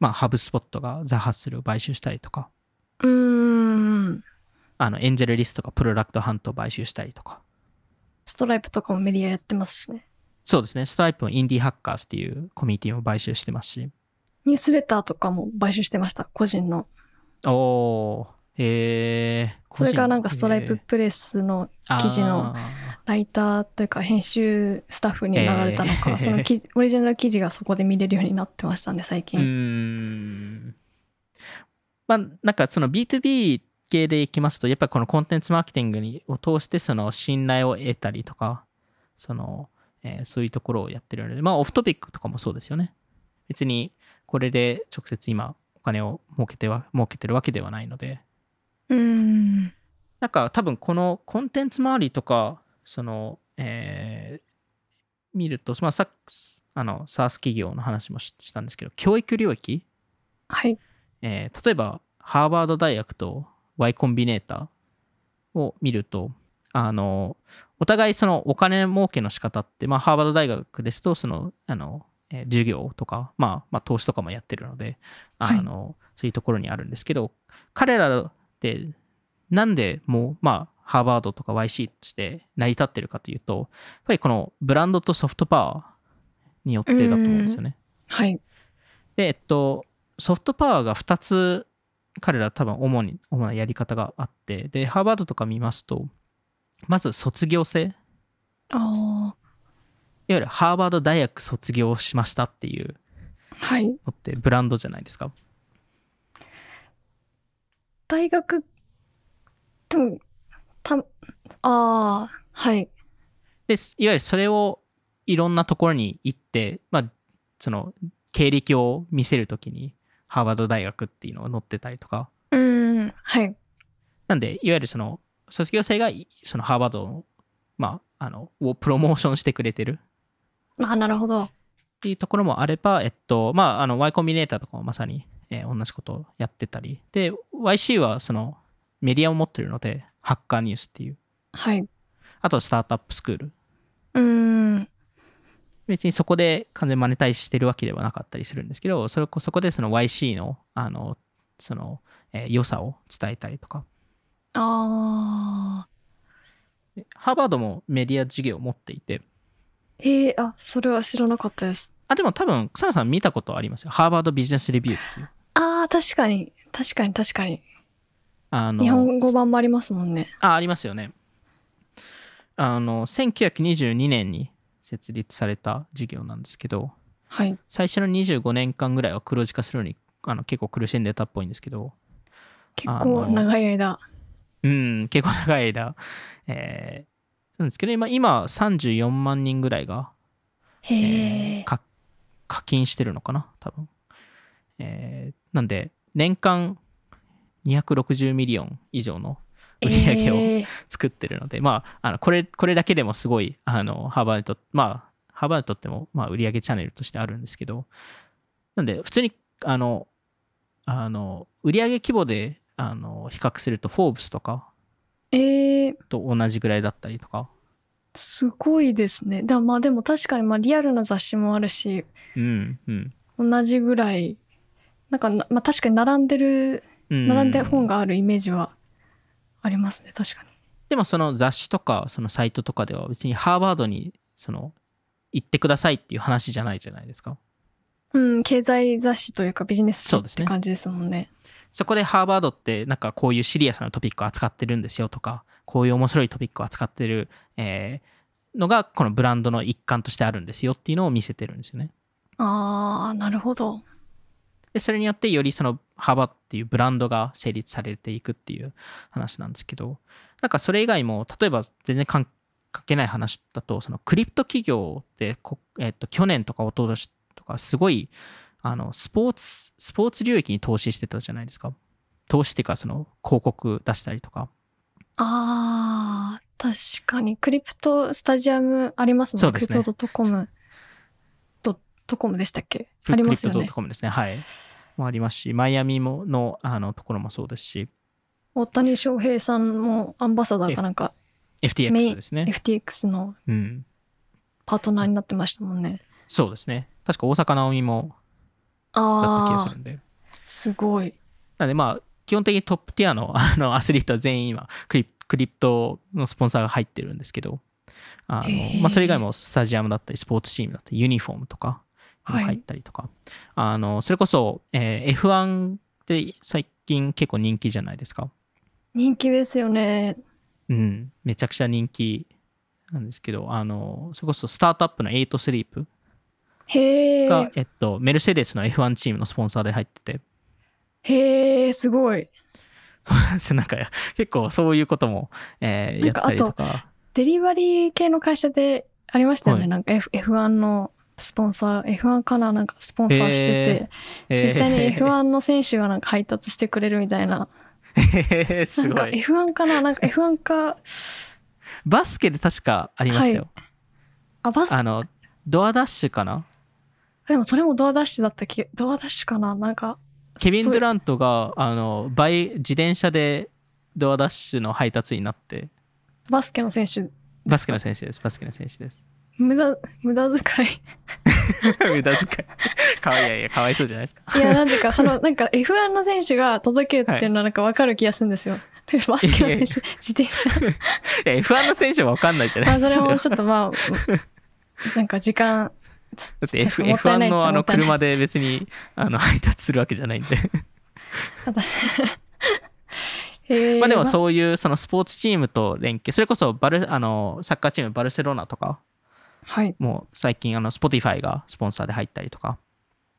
S2: まあハブスポットがザハッスルを買収したりとか
S1: うーん
S2: あのエンジェルリストがプロダクトハントを買収したりとか
S1: ストライプとかもメディアやってますしね
S2: そうですねストライプもインディーハッカーズっていうコミュニティも買収してますし
S1: ニュースレターとかも買収してました個人の
S2: おーへえ
S1: それがなんかストライププレスの記事のライターというか編集スタッフになられたのか、
S2: えー
S1: その記事オリジナル記事がそこで見れるようになってましたね最
S2: う
S1: 近、
S2: ーんまあなんかその B2B 系でいきますとやっぱりこのコンテンツマーケティングにを通してその信頼を得たりとかその、えーそういうところをやってるのでまあオフトピックとかもそうですよね別にこれで直接今お金を儲けては儲けてるわけではないので
S1: うーん
S2: なんか多分このコンテンツ周りとか、その、えー見ると、まあ、さっきあの、サース企業の話もししたんですけど、教育領域、
S1: はい
S2: えー例えば、ハーバード大学と Y コンビネーターを見ると、あの、お互いそのお金儲けの仕方って、まあ、ハーバード大学ですと、その、あの、えー授業とか、まあ、まあ、投資とかもやってるので、あの、そういうところにあるんですけど、彼らって、なんでもう、まあ、ハーバードとか YC として成り立ってるかというと、やっぱりこのブランドとソフトパワーによってだと思うんですよね。
S1: はい
S2: で、えっと、ソフトパワーが2つ、彼ら多分主に、主なやり方があって、で、ハーバードとか見ますと、まず卒業生、いわ
S1: あ
S2: ゆるハーバード大学卒業しましたっていう
S1: あはい
S2: のってブランドじゃないですか。
S1: 大学でもたああはい
S2: で、すいわゆるそれをいろんなところに行って、まあ、その、経歴を見せるときに、ハーバード大学っていうのが載ってたりとか、
S1: うーんはい
S2: なんで、いわゆるその、卒業生がいそのハーバードの、まあ、あの、をプロモーションしてくれてる。
S1: あなるほど
S2: っていうところもあれば、えっと、まあ、あの、Y コンビネーターとかもまさに、えー同じことをやってたり、で、YC はそのメディアを持ってるので、ハッカーニュースっていう、
S1: はい
S2: あとスタートアップスクール。
S1: うーん
S2: 別にそこで完全にマネタイズしてるわけではなかったりするんですけど、それこそこでその YC の、あの、その、えー良さを伝えたりとか。
S1: ああ
S2: でハーバードもメディア事業を持っていて、
S1: えー、あそれは知らなかったです
S2: あ、でも多分、草野さん見たことありますよ。ハーバードビジネスレビューっていう。
S1: ああ確かに確かに確かに
S2: あの
S1: 日本語版もありますもんね
S2: あ、ありますよね。あの、1922年に設立された事業なんですけど、
S1: はい
S2: 最初の25年間ぐらいは黒字化するのにあの結構苦しんでたっぽいんですけど、
S1: 結構長い間
S2: うん、結構長い間、えーなんですけど、今、今34万人ぐらいが、
S1: へ
S2: え
S1: え
S2: ー、か課金してるのかな、多分。えーなんで、年間260ミリオン以上の売り上げを、
S1: えー
S2: 作ってるので、まあ、あのこれこれだけでもすごいあのハーバーにとまあハーバーにとっても、まあ、売上チャンネルとしてあるんですけどなんで普通にあのあの売上規模であの比較すると「フォーブス」とか
S1: えー
S2: と同じぐらいだったりとか、
S1: すごいですねでもまあでも確かにまあリアルな雑誌もあるし
S2: うんうん
S1: 同じぐらいなんかなまあ確かに並んでる
S2: うん、
S1: 並んで本があるイメージはありますね確かに
S2: でもその雑誌とかそのサイトとかでは別にハーバードにその行ってくださいっていう話じゃないじゃないですか
S1: うん経済雑誌というかビジネス誌
S2: そうで
S1: っ
S2: す
S1: て
S2: ね
S1: 感じですもんね
S2: そこでハーバードってなんかこういうシリアスなトピックを扱ってるんですよとかこういう面白いトピックを扱ってる、えーのがこのブランドの一環としてあるんですよっていうのを見せてるんですよね。
S1: ああなるほど
S2: でそれによってよりその幅っていうブランドが成立されていくっていう話なんですけどなんかそれ以外も例えば全然関関係ない話だとそのクリプト企業ってこ、えっと去年とか一昨年とかすごいあのスポーツスポーツ領域に投資してたじゃないですか投資っていうかその広告出したりとか
S1: あー確かにクリプトスタジアムありますもん
S2: そうですね
S1: クリプト .com ドットコムでしたっけ
S2: ク
S1: あり
S2: リ
S1: ま
S2: プ
S1: すよ
S2: ト
S1: ね
S2: .com ですねはいもありますしマイアミものあのところもそうですし
S1: 大谷翔平さんもアンバサダーかなんか
S2: FTX ですね、
S1: FTX の
S2: うん、
S1: パートナーになってましたもんね
S2: そうですね確か大阪なおみもだった気が
S1: あ
S2: す
S1: あ
S2: るんです
S1: ごい
S2: なんでまあ、基本的にトップティアの あのアスリートは全員今クリ、クリプトのスポンサーが入ってるんですけど、あ
S1: へ
S2: の
S1: ー
S2: まあ、それ以外もスタジアムだったり、スポーツチームだったり、ユニフォームとかも
S1: はい
S2: 入ったりとか、あのそれこそ、えー F1 って最近結構人気じゃないですか。
S1: 人気ですよね
S2: うん、めちゃくちゃ人気なんですけど、あのそれこそスタートアップのエイトスリープ
S1: へ
S2: が
S1: え、
S2: えっと、メルセデスの F1 チームのスポンサーで入ってて、
S1: へえすごい
S2: そうなんですなんか結構そういうことも、えー
S1: な
S2: や
S1: ん
S2: っ
S1: か
S2: たりとか。
S1: デリバリー系の会社でありましたよね、
S2: はい
S1: なんか、F、F1 のスポンサー F1 かななんかスポンサーしてて、
S2: えー
S1: 実際に F1 の選手がなんか配達してくれるみたいな
S2: へー す
S1: なん
S2: ご
S1: か
S2: い。
S1: F1 かななんか F1 か
S2: バスケで確かありましたよ。
S1: あバス
S2: あの、ドアダッシュかな
S1: でもそれもドアダッシュだった気ドアダッシュかななんか
S2: ケビ
S1: そう
S2: ン・ドゥラントが、あの、バイ、自転車でドアダッシュの配達員になって、
S1: バスケの選手
S2: バスケの選手です。バスケの選手です。
S1: 無駄無駄遣い
S2: 無駄遣い。かわいいいやいや、かわいそうじゃないですか。
S1: いやなんていうかそのなんか F1 の選手が届けるっていうのはなんかわかる気がするんですよ、でバスケの選手自転車
S2: いや F1 の選手はわかんないじゃない
S1: ま
S2: で
S1: あ
S2: すか。
S1: それもちょっとまあなんか時間
S2: だって
S1: 確か
S2: F
S1: にもったいない
S2: F1
S1: っちゃ
S2: のあ
S1: も
S2: の
S1: ったいない
S2: 車で別にあの配達するわけじゃないんで。
S1: 私えー
S2: まあでもそういうそのスポーツチームと連携、それこそバルあのサッカーチームバルセロナとか、
S1: はい
S2: もう最近あの Spotify がスポンサーで入ったりとか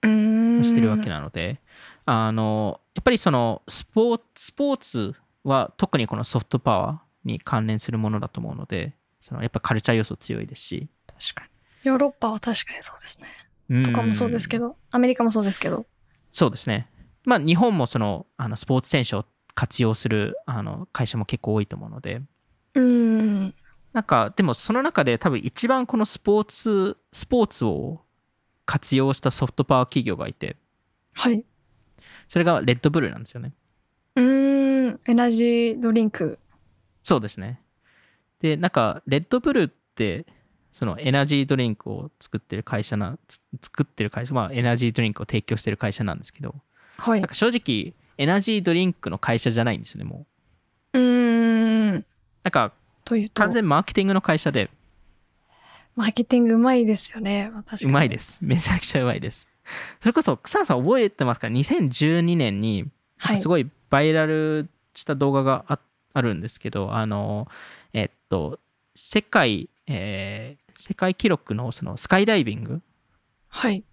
S1: うーん
S2: してるわけなので、あのやっぱりそのスポーツスポーツは特にこのソフトパワーに関連するものだと思うのでそのやっぱカルチャー要素強いですし、
S1: 確かにヨーロッパは確かにそうですね
S2: うん
S1: とかもそうですけどアメリカもそうですけど
S2: そうですねまあ日本もそのあのスポーツ選手を活用するあの会社も結構多いと思うので
S1: うーん
S2: なんかでもその中で多分一番このスポーツスポーツを活用したソフトパワー企業がいて
S1: はいう
S2: それがレッドブルなんですよね
S1: ーんエナジードリンク
S2: そうですね。で、なんか、レッドブルって、そのエナジードリンクを作ってる会社な、つ作ってる会社、まあ、エナジードリンクを提供してる会社なんですけど、
S1: はい
S2: なんか正直、エナジードリンクの会社じゃないんですよね、もう。
S1: うーん
S2: なんか、
S1: というと
S2: 完全にマーケティングの会社で、
S1: マーケティングうまいですよね私
S2: うまいですす。めちゃくちゃうまいです。それこそ、草野さん覚えてますか ?2012 年に、
S1: はい
S2: すごいバイラルした動画がああるんですけど、あの、えっと、世界、えー世界記録のそのスカイダイビング
S1: はい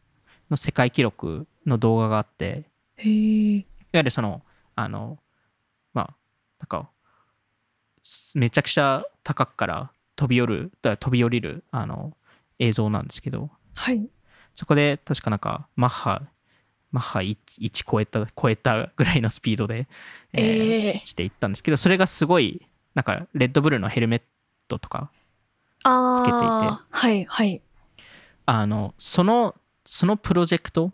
S2: の世界記録の動画があって、
S1: へー
S2: いわゆるその、あの、まあ、なんか、めちゃくちゃ高くから飛び降る、だ飛び降りる、あの、映像なんですけど、
S1: はい
S2: そこで確かなんかマッハマッハ 1, 1超えた超えたぐらいのスピードで、えー
S1: えー
S2: していったんですけどそれがすごいなんかレッドブルのヘルメットとか
S1: あ
S2: つけていて
S1: あはいはい
S2: あのそのそのプロジェクトを、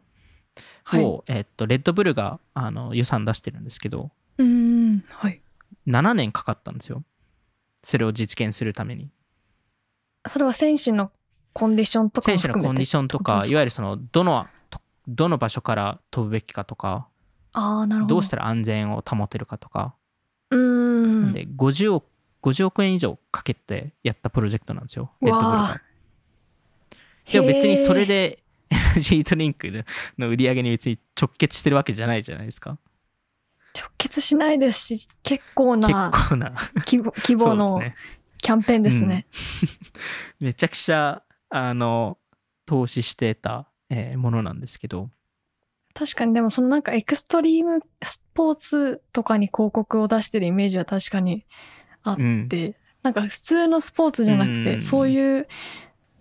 S1: はい
S2: えっとレッドブルがあの予算出してるんですけど
S1: うーんはい
S2: 7年かかったんですよそれを実現するために
S1: それは選手のコンディションとかも
S2: 選手の
S1: 含めて
S2: コンディションとか
S1: ってことです
S2: いわゆるそのどのとどの場所から飛ぶべきかとか
S1: ああなるほど
S2: どうしたら安全を保てるかとか
S1: うーん
S2: で50億50億円以上かけてやったプロジェクトなんですよ、レッドブル
S1: わ
S2: が
S1: あ。
S2: でも別にそ
S1: へ
S2: れ
S1: え
S2: で エナジードリンクの売り上げに別に直結してるわけじゃないじゃないですか。
S1: 直結しないですし結構
S2: 結
S1: な
S2: 構な
S1: 規模規模
S2: そうです
S1: の
S2: ね。
S1: キャンペーンですね。
S2: めちゃくちゃあの投資してた、えーものなんですけど
S1: 確かにでもそのなんかエクストリームスポーツとかに広告を出してるイメージは確かに
S2: うん
S1: で、なんか普通のスポーツじゃなくて、
S2: うん
S1: そういう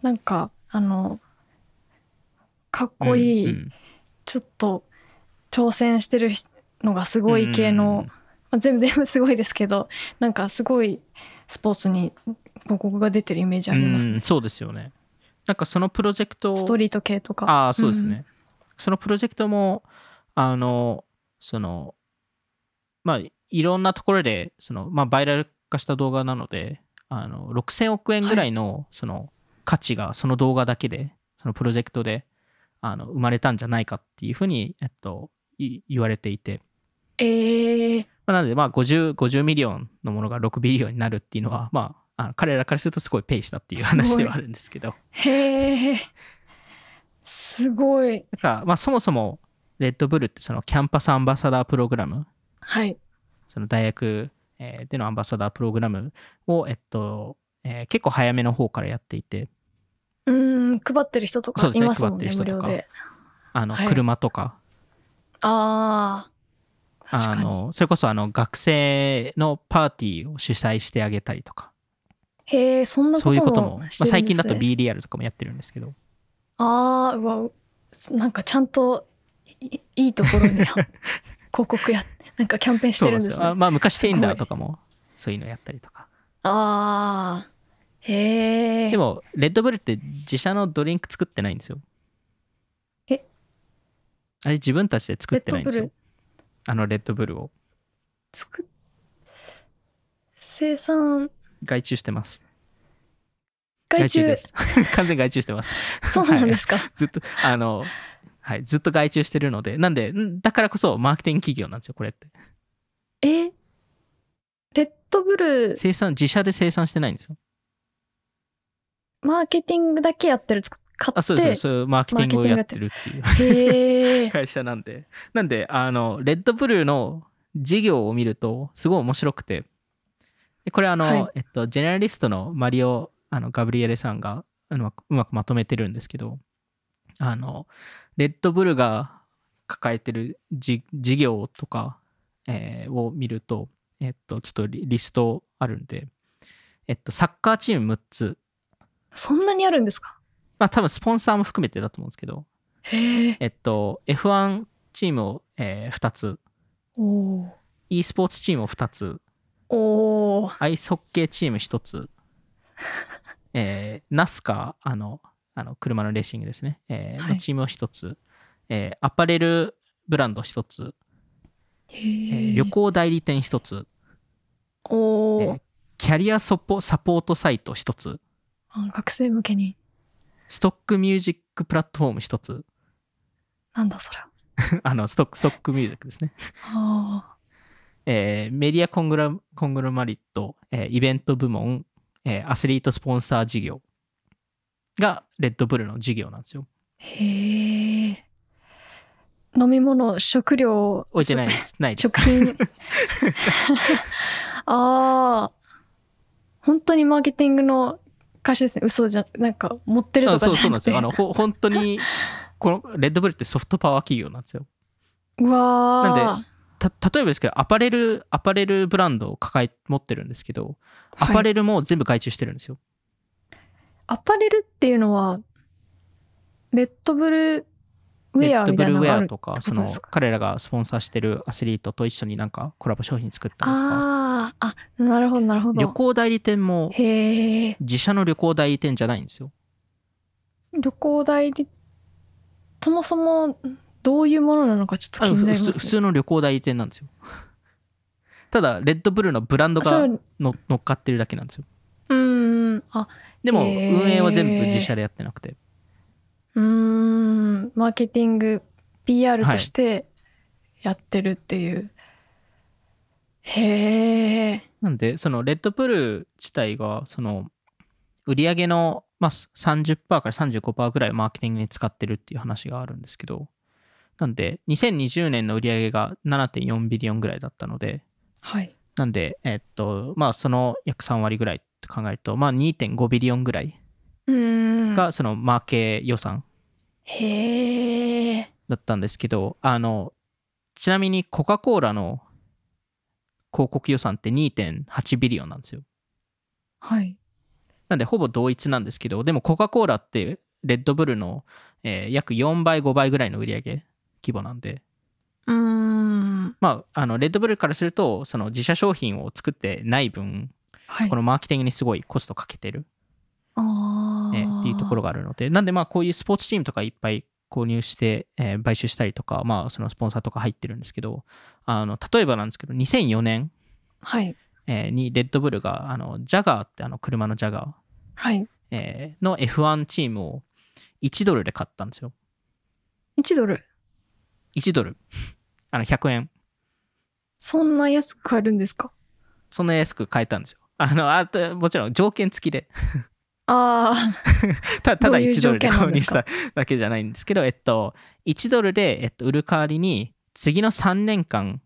S1: なんかあのかっこいい、
S2: うんうん
S1: ちょっと挑戦してる人のがすごい系の、
S2: うん
S1: まあ、全部全 部すごいですけどなんかすごいスポーツに広告が出てるイメージありますね、
S2: うんそうですよねなんかそのプロジェクトを
S1: ストリート系とか
S2: ああそうですね、そのプロジェクトもあのそのまあいろんなところでその、まあ、バイラル化した動画なのであの6000億円ぐらいの,、その価値がその動画だけでそのプロジェクトであの生まれたんじゃないかっていうふうに、えっと、い言われていて、
S1: えー、
S2: まあ、なのでまあ 50, 50ミリオンのものが6ビリオンになるっていうのは、まあ、あの彼らからするとすごいペイしたっていう話
S1: すごい
S2: ではあるんですけど
S1: へえすごい
S2: なんか、まあ、そもそもレッドブルってそのキャンパスアンバサダープログラム
S1: はい
S2: その大学えーでのアンバサダープログラムを、えっとえー結構早めの方からやっていて
S1: うーん配ってる人と
S2: そ
S1: か
S2: うで
S1: い
S2: すね
S1: ますもんね
S2: 配って
S1: 無
S2: る人
S1: 料
S2: とか
S1: で
S2: あの
S1: はい
S2: 車とか,、
S1: ああ確
S2: あ
S1: かに
S2: のそれこそあの学生のパーティーを主催してあげたりとか
S1: へえそんなこ
S2: そういうこと
S1: と
S2: も、
S1: も
S2: まあ
S1: してるんですね、
S2: 最近だと B リアルとかもやってるんですけど
S1: ああ、うわ、うなんかちゃんといいいと ころに広告や、なんかキャンペーンしてるんですね。
S2: よあまあ昔
S1: ごい
S2: Tinder とかもそういうのやったりとか
S1: ああ、へえ。
S2: でもレッドブルって自社のドリンク作ってないんですよ
S1: え
S2: あれ自分たちで作ってないんです
S1: レッ
S2: よあのレッドブルを
S1: 作っ、生産、
S2: 外注してます
S1: 外注、
S2: です 完全に外注してます
S1: そうなんですか。
S2: ずっとあのはいずっと外注してるのでなんでんだからこそマーケティング企業なんですよこれって
S1: えレッドブル、
S2: 生産自社で生産してないんですよ
S1: マーケティングだけやってると買
S2: あ
S1: っ
S2: そう
S1: て
S2: ですそうです、そういうマーケティングをやってるっていう
S1: へえ。
S2: 会社なんでなんであのレッドブルの事業を見るとすごい面白くてでこれあの、
S1: はい
S2: えっとジェネラリストのマリオあのガブリエレさんがうまくうまくまとめてるんですけどあのレッドブルが抱えてるじ事業とか、えーを見るとえっとちょっとリリストあるんでえっとサッカーチーム6つ
S1: そんなにあるんですか
S2: まあ多分スポンサーも含めてだと思うんですけど
S1: へえ。
S2: えっと F1 チームを、え2つ
S1: おー
S2: e スポーツチームを2つ
S1: おー
S2: アイスホッケーチーム1つ、 えー、ナスカあのあの車のレーシングですね、えー
S1: はい
S2: のチームを1つ、えーアパレルブランド1つ、えー
S1: へえ。
S2: 旅行代理店1つ、
S1: お
S2: え
S1: ー
S2: ーキャリアソポサポートサイト1つ
S1: あ学生向けに、
S2: ストックミュージックプラットフォーム1つ
S1: なんだそれは。
S2: あのストックストックミュージックですね、
S1: あ
S2: えーメディアコングラコングロマリット、えーイベント部門、えーアスリートスポンサー事業がレッドブルの事業なんですよ
S1: ーへえ。飲み物、食料、
S2: 置いてないです。ないです
S1: 食。 品。ああ。本当にマーケティングの会社ですね。嘘じゃ、なんか持ってる
S2: あ
S1: と
S2: そ
S1: か
S2: う
S1: じ
S2: そ
S1: ゃ
S2: うな
S1: なく
S2: んです
S1: て。
S2: よ。あの、ほ本当に、このレッドブルってソフトパワー企業なんですよ。
S1: うわあ。
S2: た例えばですけど、アパレル、アパレルブランドを抱え、持ってるんですけど、ア
S1: はい
S2: パレルも全部外注してるんですよ。
S1: アパレルっていうのは、レッドブルウ
S2: レ
S1: ェア
S2: ッド
S1: み
S2: ブ
S1: たい
S2: ル
S1: な
S2: ウ
S1: のが
S2: ェ
S1: あ
S2: ア
S1: る
S2: とか、
S1: って
S2: そ
S1: こと
S2: の
S1: ですか、
S2: 彼らがスポンサーしてるアスリートと一緒になんかコラボ商品作ったりとか、
S1: ああ。あ、なるほど、なるほ
S2: 旅
S1: ど。
S2: 行代理店も
S1: へえ。
S2: 自社の旅行代理店じゃないんですよ。
S1: 旅行代理そもそもどういうものなのかちょっと
S2: あ
S1: 気
S2: の
S1: に
S2: ふ
S1: なります、ね、
S2: 普通の旅行代理店なんですよ。ただ、レッドブルのブランド
S1: そ
S2: が
S1: れ
S2: の乗っかってるだけなんですよ。
S1: うんあ
S2: でも、
S1: へー
S2: 運営は全部自社でやってなくて。
S1: うーんマーケティング PR
S2: はい
S1: としてやってるっていう、へえ
S2: なんで、そのレッドブル自体が、その、売り上げの、まあ、30%から35%ぐらいマーケティングに使ってるっていう話があるんですけど、なんで、2020年の売り上げが7.4ビリオンぐらいだったので、
S1: はい
S2: なんで、えっと、まあ、その約3割ぐらいって考えると、まあ、2.5ビリオンぐらいう
S1: ーん。
S2: が、その、マーケ予算
S1: へえ。
S2: だったんですけど、あの、ちなみにコカ・コーラの広告予算って2.8ビリオンなんですよ。
S1: はい。
S2: なんで、ほぼ同一なんですけど、でもコカ・コーラって、レッドブルの、えー約4倍、5倍ぐらいの売り上げ規模なんで、
S1: うーん。
S2: まあ、あのレッドブルからすると、その自社商品を作ってない分、
S1: はい。
S2: このマーケティングにすごいコストかけてる、
S1: ああ、
S2: えーっていうところ
S1: が。
S2: があるので、なんで、まあ、こういうスポーツチームとかいっぱい購入して、えー買収したりとか、まあ、そのスポンサーとか入ってるんですけど、あの例えばなんですけど、2004年
S1: はい。
S2: えーにレッドブルが、あのジャガーって、あの車のジャガー、
S1: はい。
S2: えーの F1 チームを1ドルで買ったんですよ。
S1: 1ドル。
S2: 1ドル。あの100円。
S1: そんな安く買えるんですか
S2: そんな安く買えたんですよ。あのあともちろん条件付きで。
S1: ああ、
S2: たただ
S1: どういう
S2: 1ドルで
S1: 条件な
S2: 購
S1: んで
S2: 入
S1: す
S2: し
S1: か
S2: ただけじゃないんですけど、えっと、1ドルで、えっと、売る代わりに、次の3年間、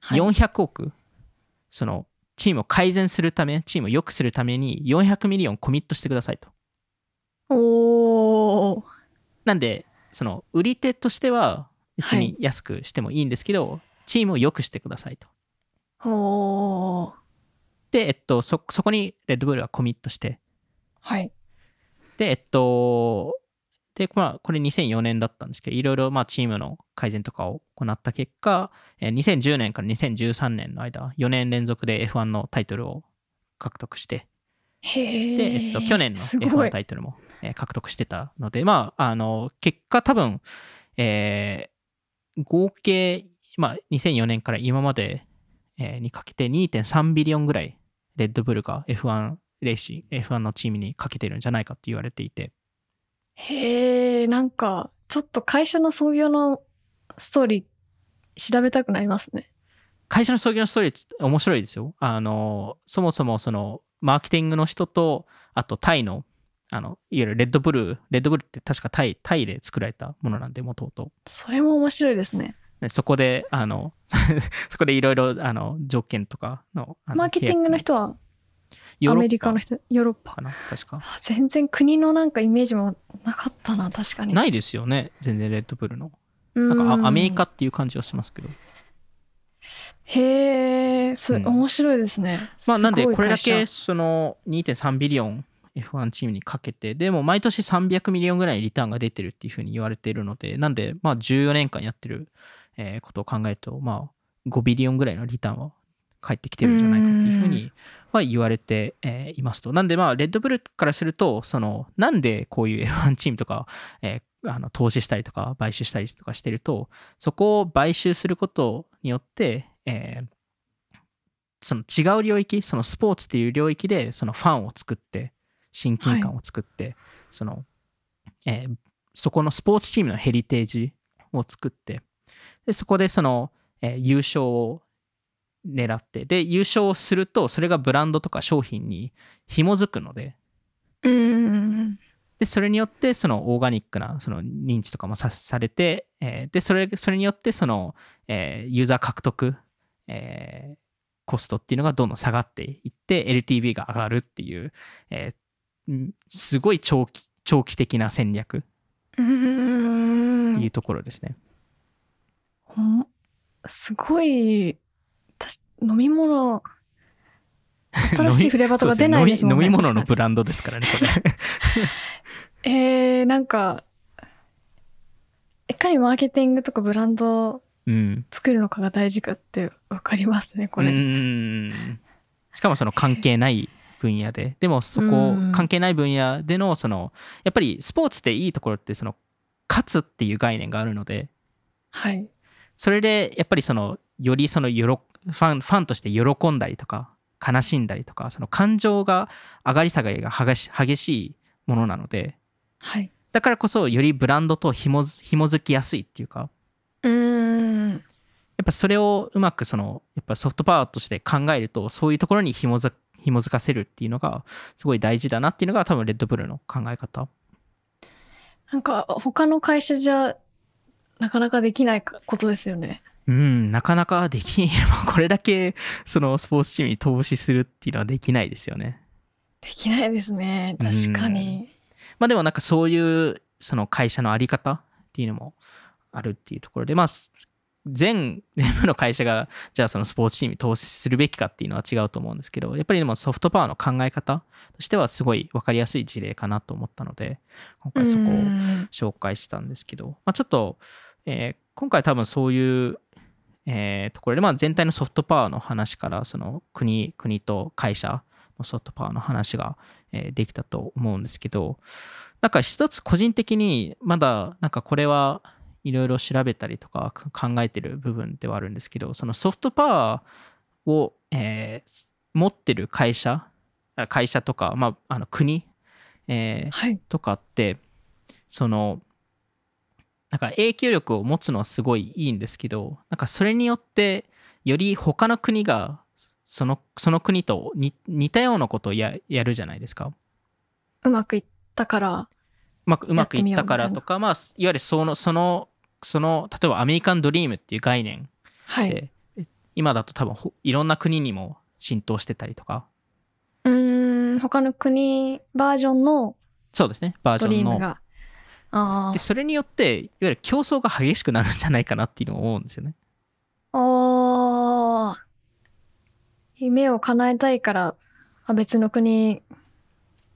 S1: はい
S2: 400億、その、チームを改善するため、チームを良くするために、400ミリオンコミットしてくださいと。
S1: おお。
S2: なんで、その、売り手としては、別
S1: はい
S2: に安くしてもいいんですけど、チームを良くしてくださいと。
S1: おー
S2: で、えっと、そ、そこに、レッドブルはコミットして、
S1: はい。
S2: で、えっと、で、まあ、これ2004年だったんですけど、いろいろまあチームの改善とかを行った結果、えー2010年から2013年の間、4年連続で F1 のタイトルを獲得して、
S1: へ
S2: で、
S1: え。
S2: えっと、去年の
S1: すご
S2: F1
S1: い。
S2: タイトルも、えー獲得してたので、まあ、あの、結果多分、えー合計、まあ、2004年から今まで、えーにかけて2.3ビリオンぐらい、レッドブルが F1 レーシング、F1 のチームにかけてるんじゃないかって言われていて、
S1: へえ、なんか、ちょっと会社の創業のストーリー調べたくなりますね。
S2: 会社の創業のストーリーって面白いですよ。あの、そもそもその、マーケティングの人と、あとタイの、あの、いわゆるレッドブルー、レッドブルーって確かタイ、タイで作られたものなんで、もともと。
S1: それも面白いですね。
S2: でそこで、あの、 そこでいろいろ、あの、条件とかの、あ
S1: マーケティングの、人は
S2: 契
S1: ア
S2: 約
S1: メリカの人、ヨーロッ
S2: ヨーロッ
S1: パ。
S2: パかな、確か。
S1: あ全然国のなんかイメージもなかったな、確かに。
S2: ないですよね、全然レッドブルの。
S1: な
S2: なんかあアメリカ。っていう感じはしますけど。
S1: へえ、す、
S2: うん
S1: 面白いですね。
S2: まあ、なんで、
S1: すごい
S2: これだ
S1: 会社
S2: けその2.3ビリオン F1 チームにかけて、でも毎年300ミリオンぐらいリターンが出てるっていうふうに言われているので、なんで、まあ、14年間やってるえーことを考えると、まあ、5ビリオンぐらいのリターンは返ってきてるんじゃないかっていうふうには言われてえーいますと。なんで、まあ、レッドブルからすると、その、なんでこういう F1 チームとか、えーあの投資したりとか、買収したりとかしてると、そこを買収することによって、えーその違う領域そのスポーツっていう領域でそのファンを作って親近感を作って、その、えーそこのスポーツチームのヘリテージを作ってでそこでその、えー優勝を狙ってで優勝するとそれがブランドとか商品に紐づくので
S1: うーん。
S2: でそれによってそのオーガニックなその認知とかもさされて、えーでそれそれによってその、えーユーザー獲得、えーコストっていうのがどんどん下がっていって LTV が上がるっていう、えーんすごい長期長期的な戦略っ
S1: う
S2: て
S1: ー。
S2: いうんところですね。
S1: ほんすごい、たし飲み 物、新しいフレーバーとか出ないですもんね。
S2: 飲み飲み物の
S1: 確か
S2: ブランドですからね、こ れ。
S1: にえー、なんか、いかにマーケティングとかブランドを
S2: うん。
S1: 作るのかが大事かって分かりますね、これ。
S2: うーんしかもその関係ない分野ででもそこ
S1: うん
S2: 関係ない分野でのそのやっぱりスポーツっていいところってその勝つっていう概念があるので
S1: はい。
S2: それでやっぱりそのよりそのよろファンファンとして喜んだりとか悲しんだりとかその感情が上がり下がりが激し激しいものなので
S1: はい。
S2: だからこそよりブランドと紐づ紐づきやすいっていうか
S1: うーん。
S2: やっぱそれをうまくそのやっぱソフトパワーとして考えるとそういうところに紐づ紐づかせるっていうのがすごい大事だなっていうのが多分レッドブルの考え方
S1: なんか、他の会社じゃ、なかなかできないかことですよね。
S2: うん、なかなかできん、 まあこれだけそのスポーツチームに投資するっていうのはできないですよね。
S1: できないですね。確かに。
S2: まあでもなんかそういうその会社のあり方っていうのもあるっていうところで、まあ全全部の会社がじゃあそのスポーツチームに投資するべきかっていうのは違うと思うんですけどやっぱりでもソフトパワーの考え方としてはすごい分かりやすい事例かなと思ったので今回そこを
S1: うん
S2: 紹介したんですけど、まあ、ちょっと、えー今回多分そういう、えーところで、まあ、全体のソフトパワーの話からその国国と会社のソフトパワーの話が、えーできたと思うんですけどなんか一つ個人的にまだなんかこれはいろいろ調べたりとか考えてる部分ではあるんですけどそのソフトパワーを、えー持ってる会社あ会社とか、まあ、あの国、えー
S1: はい。
S2: とかってそのなんか影響力を持つのはすごいいいんですけどなんかそれによってより他の国がそのその国とに似たようなことをややるじゃないですか。
S1: うまくいったから。
S2: うまくうまくいったか
S1: や
S2: ら
S1: ってみようみたいな
S2: とかまあいわゆるそのそのその例えばアメリカンドリームっていう概念
S1: はい。
S2: で、今だと多分ほいろんな国にも浸透してたりとか
S1: うーん、他の国バージョンの
S2: そうですねバージ
S1: ド
S2: ョ
S1: リ
S2: ン
S1: ーム
S2: の
S1: が。あ
S2: でそれによっていわゆる競争が激しくなるんじゃないかなっていうのを思うんですよね。
S1: あ。ああ。夢を叶えたいから、あ別の国、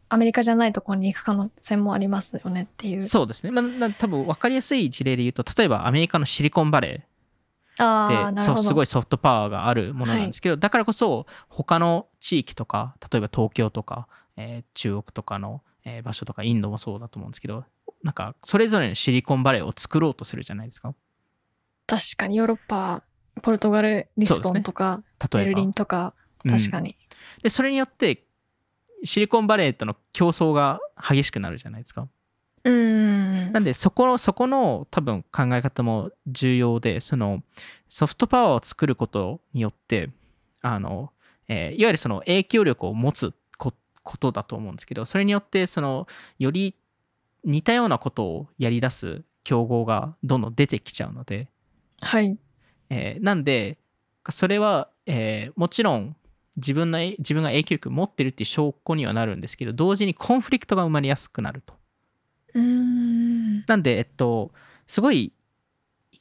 S1: アメリカじゃないところに行く可能性もありますよねっていう。
S2: そうですね、まあな、多分分かりやすい事例で言うと例えばアメリカのシリコンバレ
S1: ああ、
S2: ーで
S1: なる
S2: そ
S1: ほど。
S2: すごいソフトパワーがあるものなんですけど、だからこそ他の地域とか例えば東京とか、えー中国とかの、えー場所とかインドもそうだと思うんですけどなんかそれぞれのシリコンバレーを作ろうとするじゃないですか
S1: 確かにヨーロッパ、ポルトガル、リスボンとか、
S2: 例えば
S1: ベルリンとか、
S2: うん
S1: 確かに。
S2: でそれによってシリコンバレーとの競争が激しくなるじゃないですか
S1: うーん。
S2: なんでそこのそこの多分考え方も重要でそのソフトパワーを作ることによってあの、えーいわゆるその影響力を持つこことだと思うんですけどそれによってそのより似たようなことをやり出す競合がどんどん出てきちゃうので、
S1: はい。
S2: えーなんでそれは、えーもちろん自分の自分が影響力を持ってるっていう証拠にはなるんですけど同時にコンフリクトが生まれやすくなると。
S1: うーん。
S2: なんで、えっと、すごい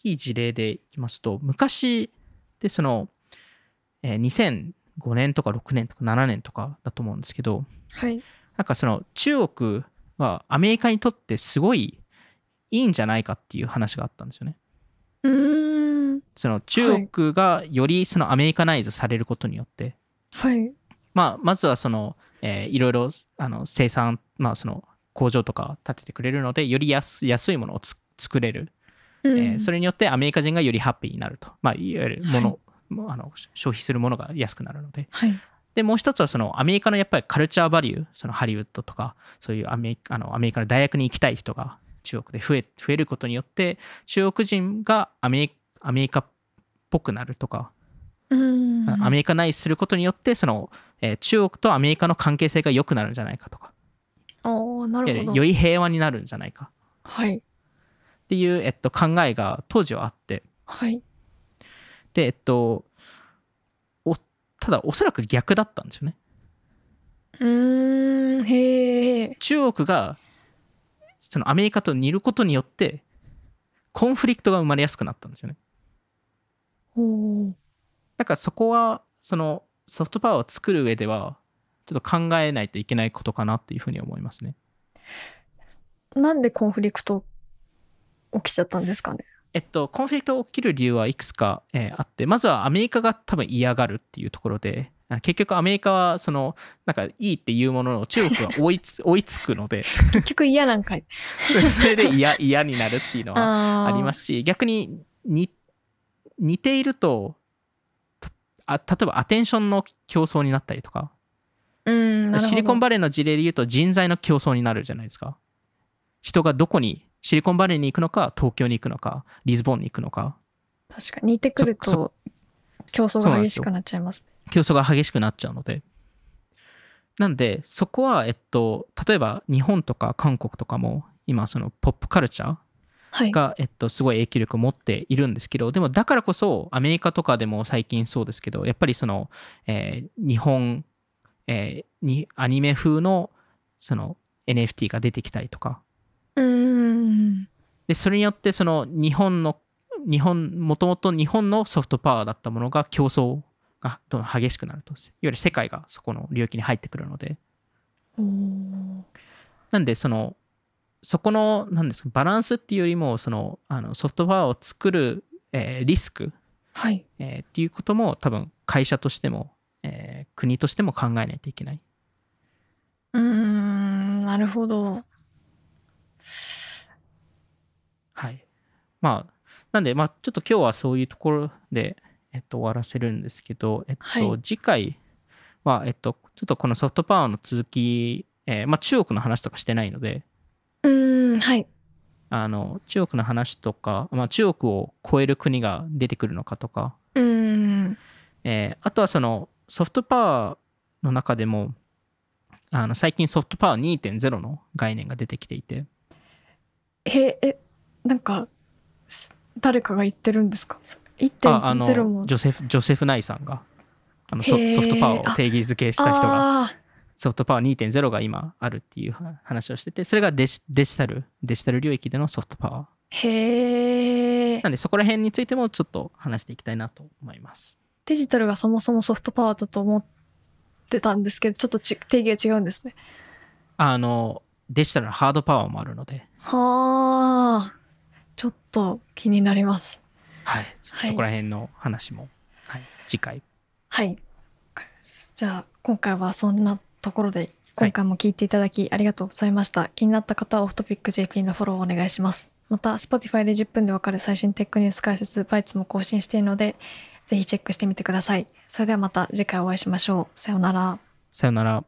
S2: いい事例でいきますと、昔でその、えー2005年とか6年とか7年とかだと思うんですけど、
S1: はい。
S2: なんかその中国はアメリカにとってすごいいいんじゃないかっていう話があったんですよね。
S1: うーん。
S2: その中国がよりそのアメリカナイズされることによって、
S1: はい。
S2: まあ、まずはその、えーいろいろあの生産、まあ、その工場とか建ててくれるので、より安安いものをつ作れる。
S1: うん
S2: えーそれによってアメリカ人がよりハッピーになると、まあ、いわゆるも
S1: は
S2: の、もうあの消費するものが安くなるので
S1: はい。
S2: でもう一つはそのアメリカのやっぱりカルチャーバリューそのハリウッドとかそういうアメリカあのアメリカの大学に行きたい人が中国で増え増えることによって中国人がアメリアメリカっぽくなるとか、
S1: うーん。
S2: アメリカ内することによってその、えー中国とアメリカの関係性が良くなるんじゃないかとか
S1: おーない
S2: わゆ
S1: る
S2: る
S1: ほ
S2: よ
S1: ど。
S2: り平和になるんじゃないか
S1: はい。
S2: っていう、えっと、考えが当時はあって
S1: はい。
S2: で、えっと、おただ、おそらく逆だったんですよね。
S1: うーん。へえ。
S2: 中国がそのアメリカと似ることによって、コンフリクトが生まれやすくなったんですよね。
S1: おお。
S2: だからそこは、そのソフトパワーを作る上では、ちょっと考えないといけないことかなっていうふうに思いますね。
S1: なんでコンフリクト起きちゃったんです かね。
S2: えっと、コンフリクトが起きる理由はいくつか、えーあって、まずはアメリカが多分嫌がるっていうところで、あ結局アメリカはその、なんかいいっていうものの中国が追いつ 追いつくので、
S1: 結局嫌なんかい。
S2: それで嫌嫌になるっていうのは
S1: あ。
S2: ありますすし逆にに似ているとたあ例えばアテンションの競争になったりとか
S1: うん。なるほど
S2: シリコンバレーの事例で言うと人材の競争になるじゃないですか人がどこにシリコンバレーに行くのか東京に行くのかリズボンに行くのか
S1: 確かに似てくる
S2: そ
S1: と競争
S2: そうな
S1: が
S2: んで
S1: 激
S2: す
S1: し
S2: よ
S1: くなっちゃいます。
S2: 競争が激しくなっちゃうのでなんでそこはえっと例えば日本とか韓国とかも今そのポップカルチャー
S1: はい。
S2: が、えっと、すごい影響力を持っているんですけどでもだからこそアメリカとかでも最近そうですけどやっぱりその、えー日本、えーにアニメ風のその NFT が出てきたりとか
S1: うーん。
S2: でそれによってその日本の日本もともと日本のソフトパワーだったものが競争がどんどん激しくなるといわゆる世界がそこの領域に入ってくるので
S1: おー
S2: なんでそのそこのなんですかバランスっていうよりもそのあのソフトパワーを作る、えーリスク
S1: はい。
S2: えーっていうことも多分会社としても、えー国としても考えないといけない。
S1: うーん。なるほど。
S2: はい。まあ、なんで、まあ、ちょっと今日はそういうところで、えっと、終わらせるんですけど、えっと、
S1: はい
S2: 次回は、えっと、ちょっとこのソフトパワーの続き、えーまあ、中国の話とかしてないので、
S1: うーん。はい。
S2: あの、中国の話とか、まあ、中国を超える国が出てくるのかとか、
S1: うーん。
S2: えーあとはそのソフトパワーの中でもあの最近ソフトパワー2.0の概念が出てきていて
S1: え、え、なんか、し誰かが言ってるんですかそ
S2: ああ
S1: ?1.0
S2: の
S1: も。
S2: ジョセフジョセフナイさんがあのソ
S1: へー
S2: ソフトパワーを定義づけした人が
S1: あー
S2: ソフトパワー2.0が今あるっていうは話をしててそれがデジデジタルデジタル領域でのソフトパワ
S1: へえ
S2: ーな。んでそこら辺についてもちょっと話していきたいなと思います
S1: デジタルがそもそもソフトパワーだと思ってたんですけど、ちょっとち定義が違うんですね。
S2: あのデジタルのハードパワーもあるので
S1: はあ。ちょっと気になります。
S2: はいちょっとそこら辺の話も、はい、次回
S1: はい。わかりましたじゃあ、今回はそんなところで、今回も聞いていただきありがとうございました。気になった方はオフトピック JP のフォローをお願いします。また、Spotify で10分でわかる最新テックニュース解説、バイツも更新しているので、ぜひチェックしてみてください。それではまた次回お会いしましょう。さようなら。
S2: さよなら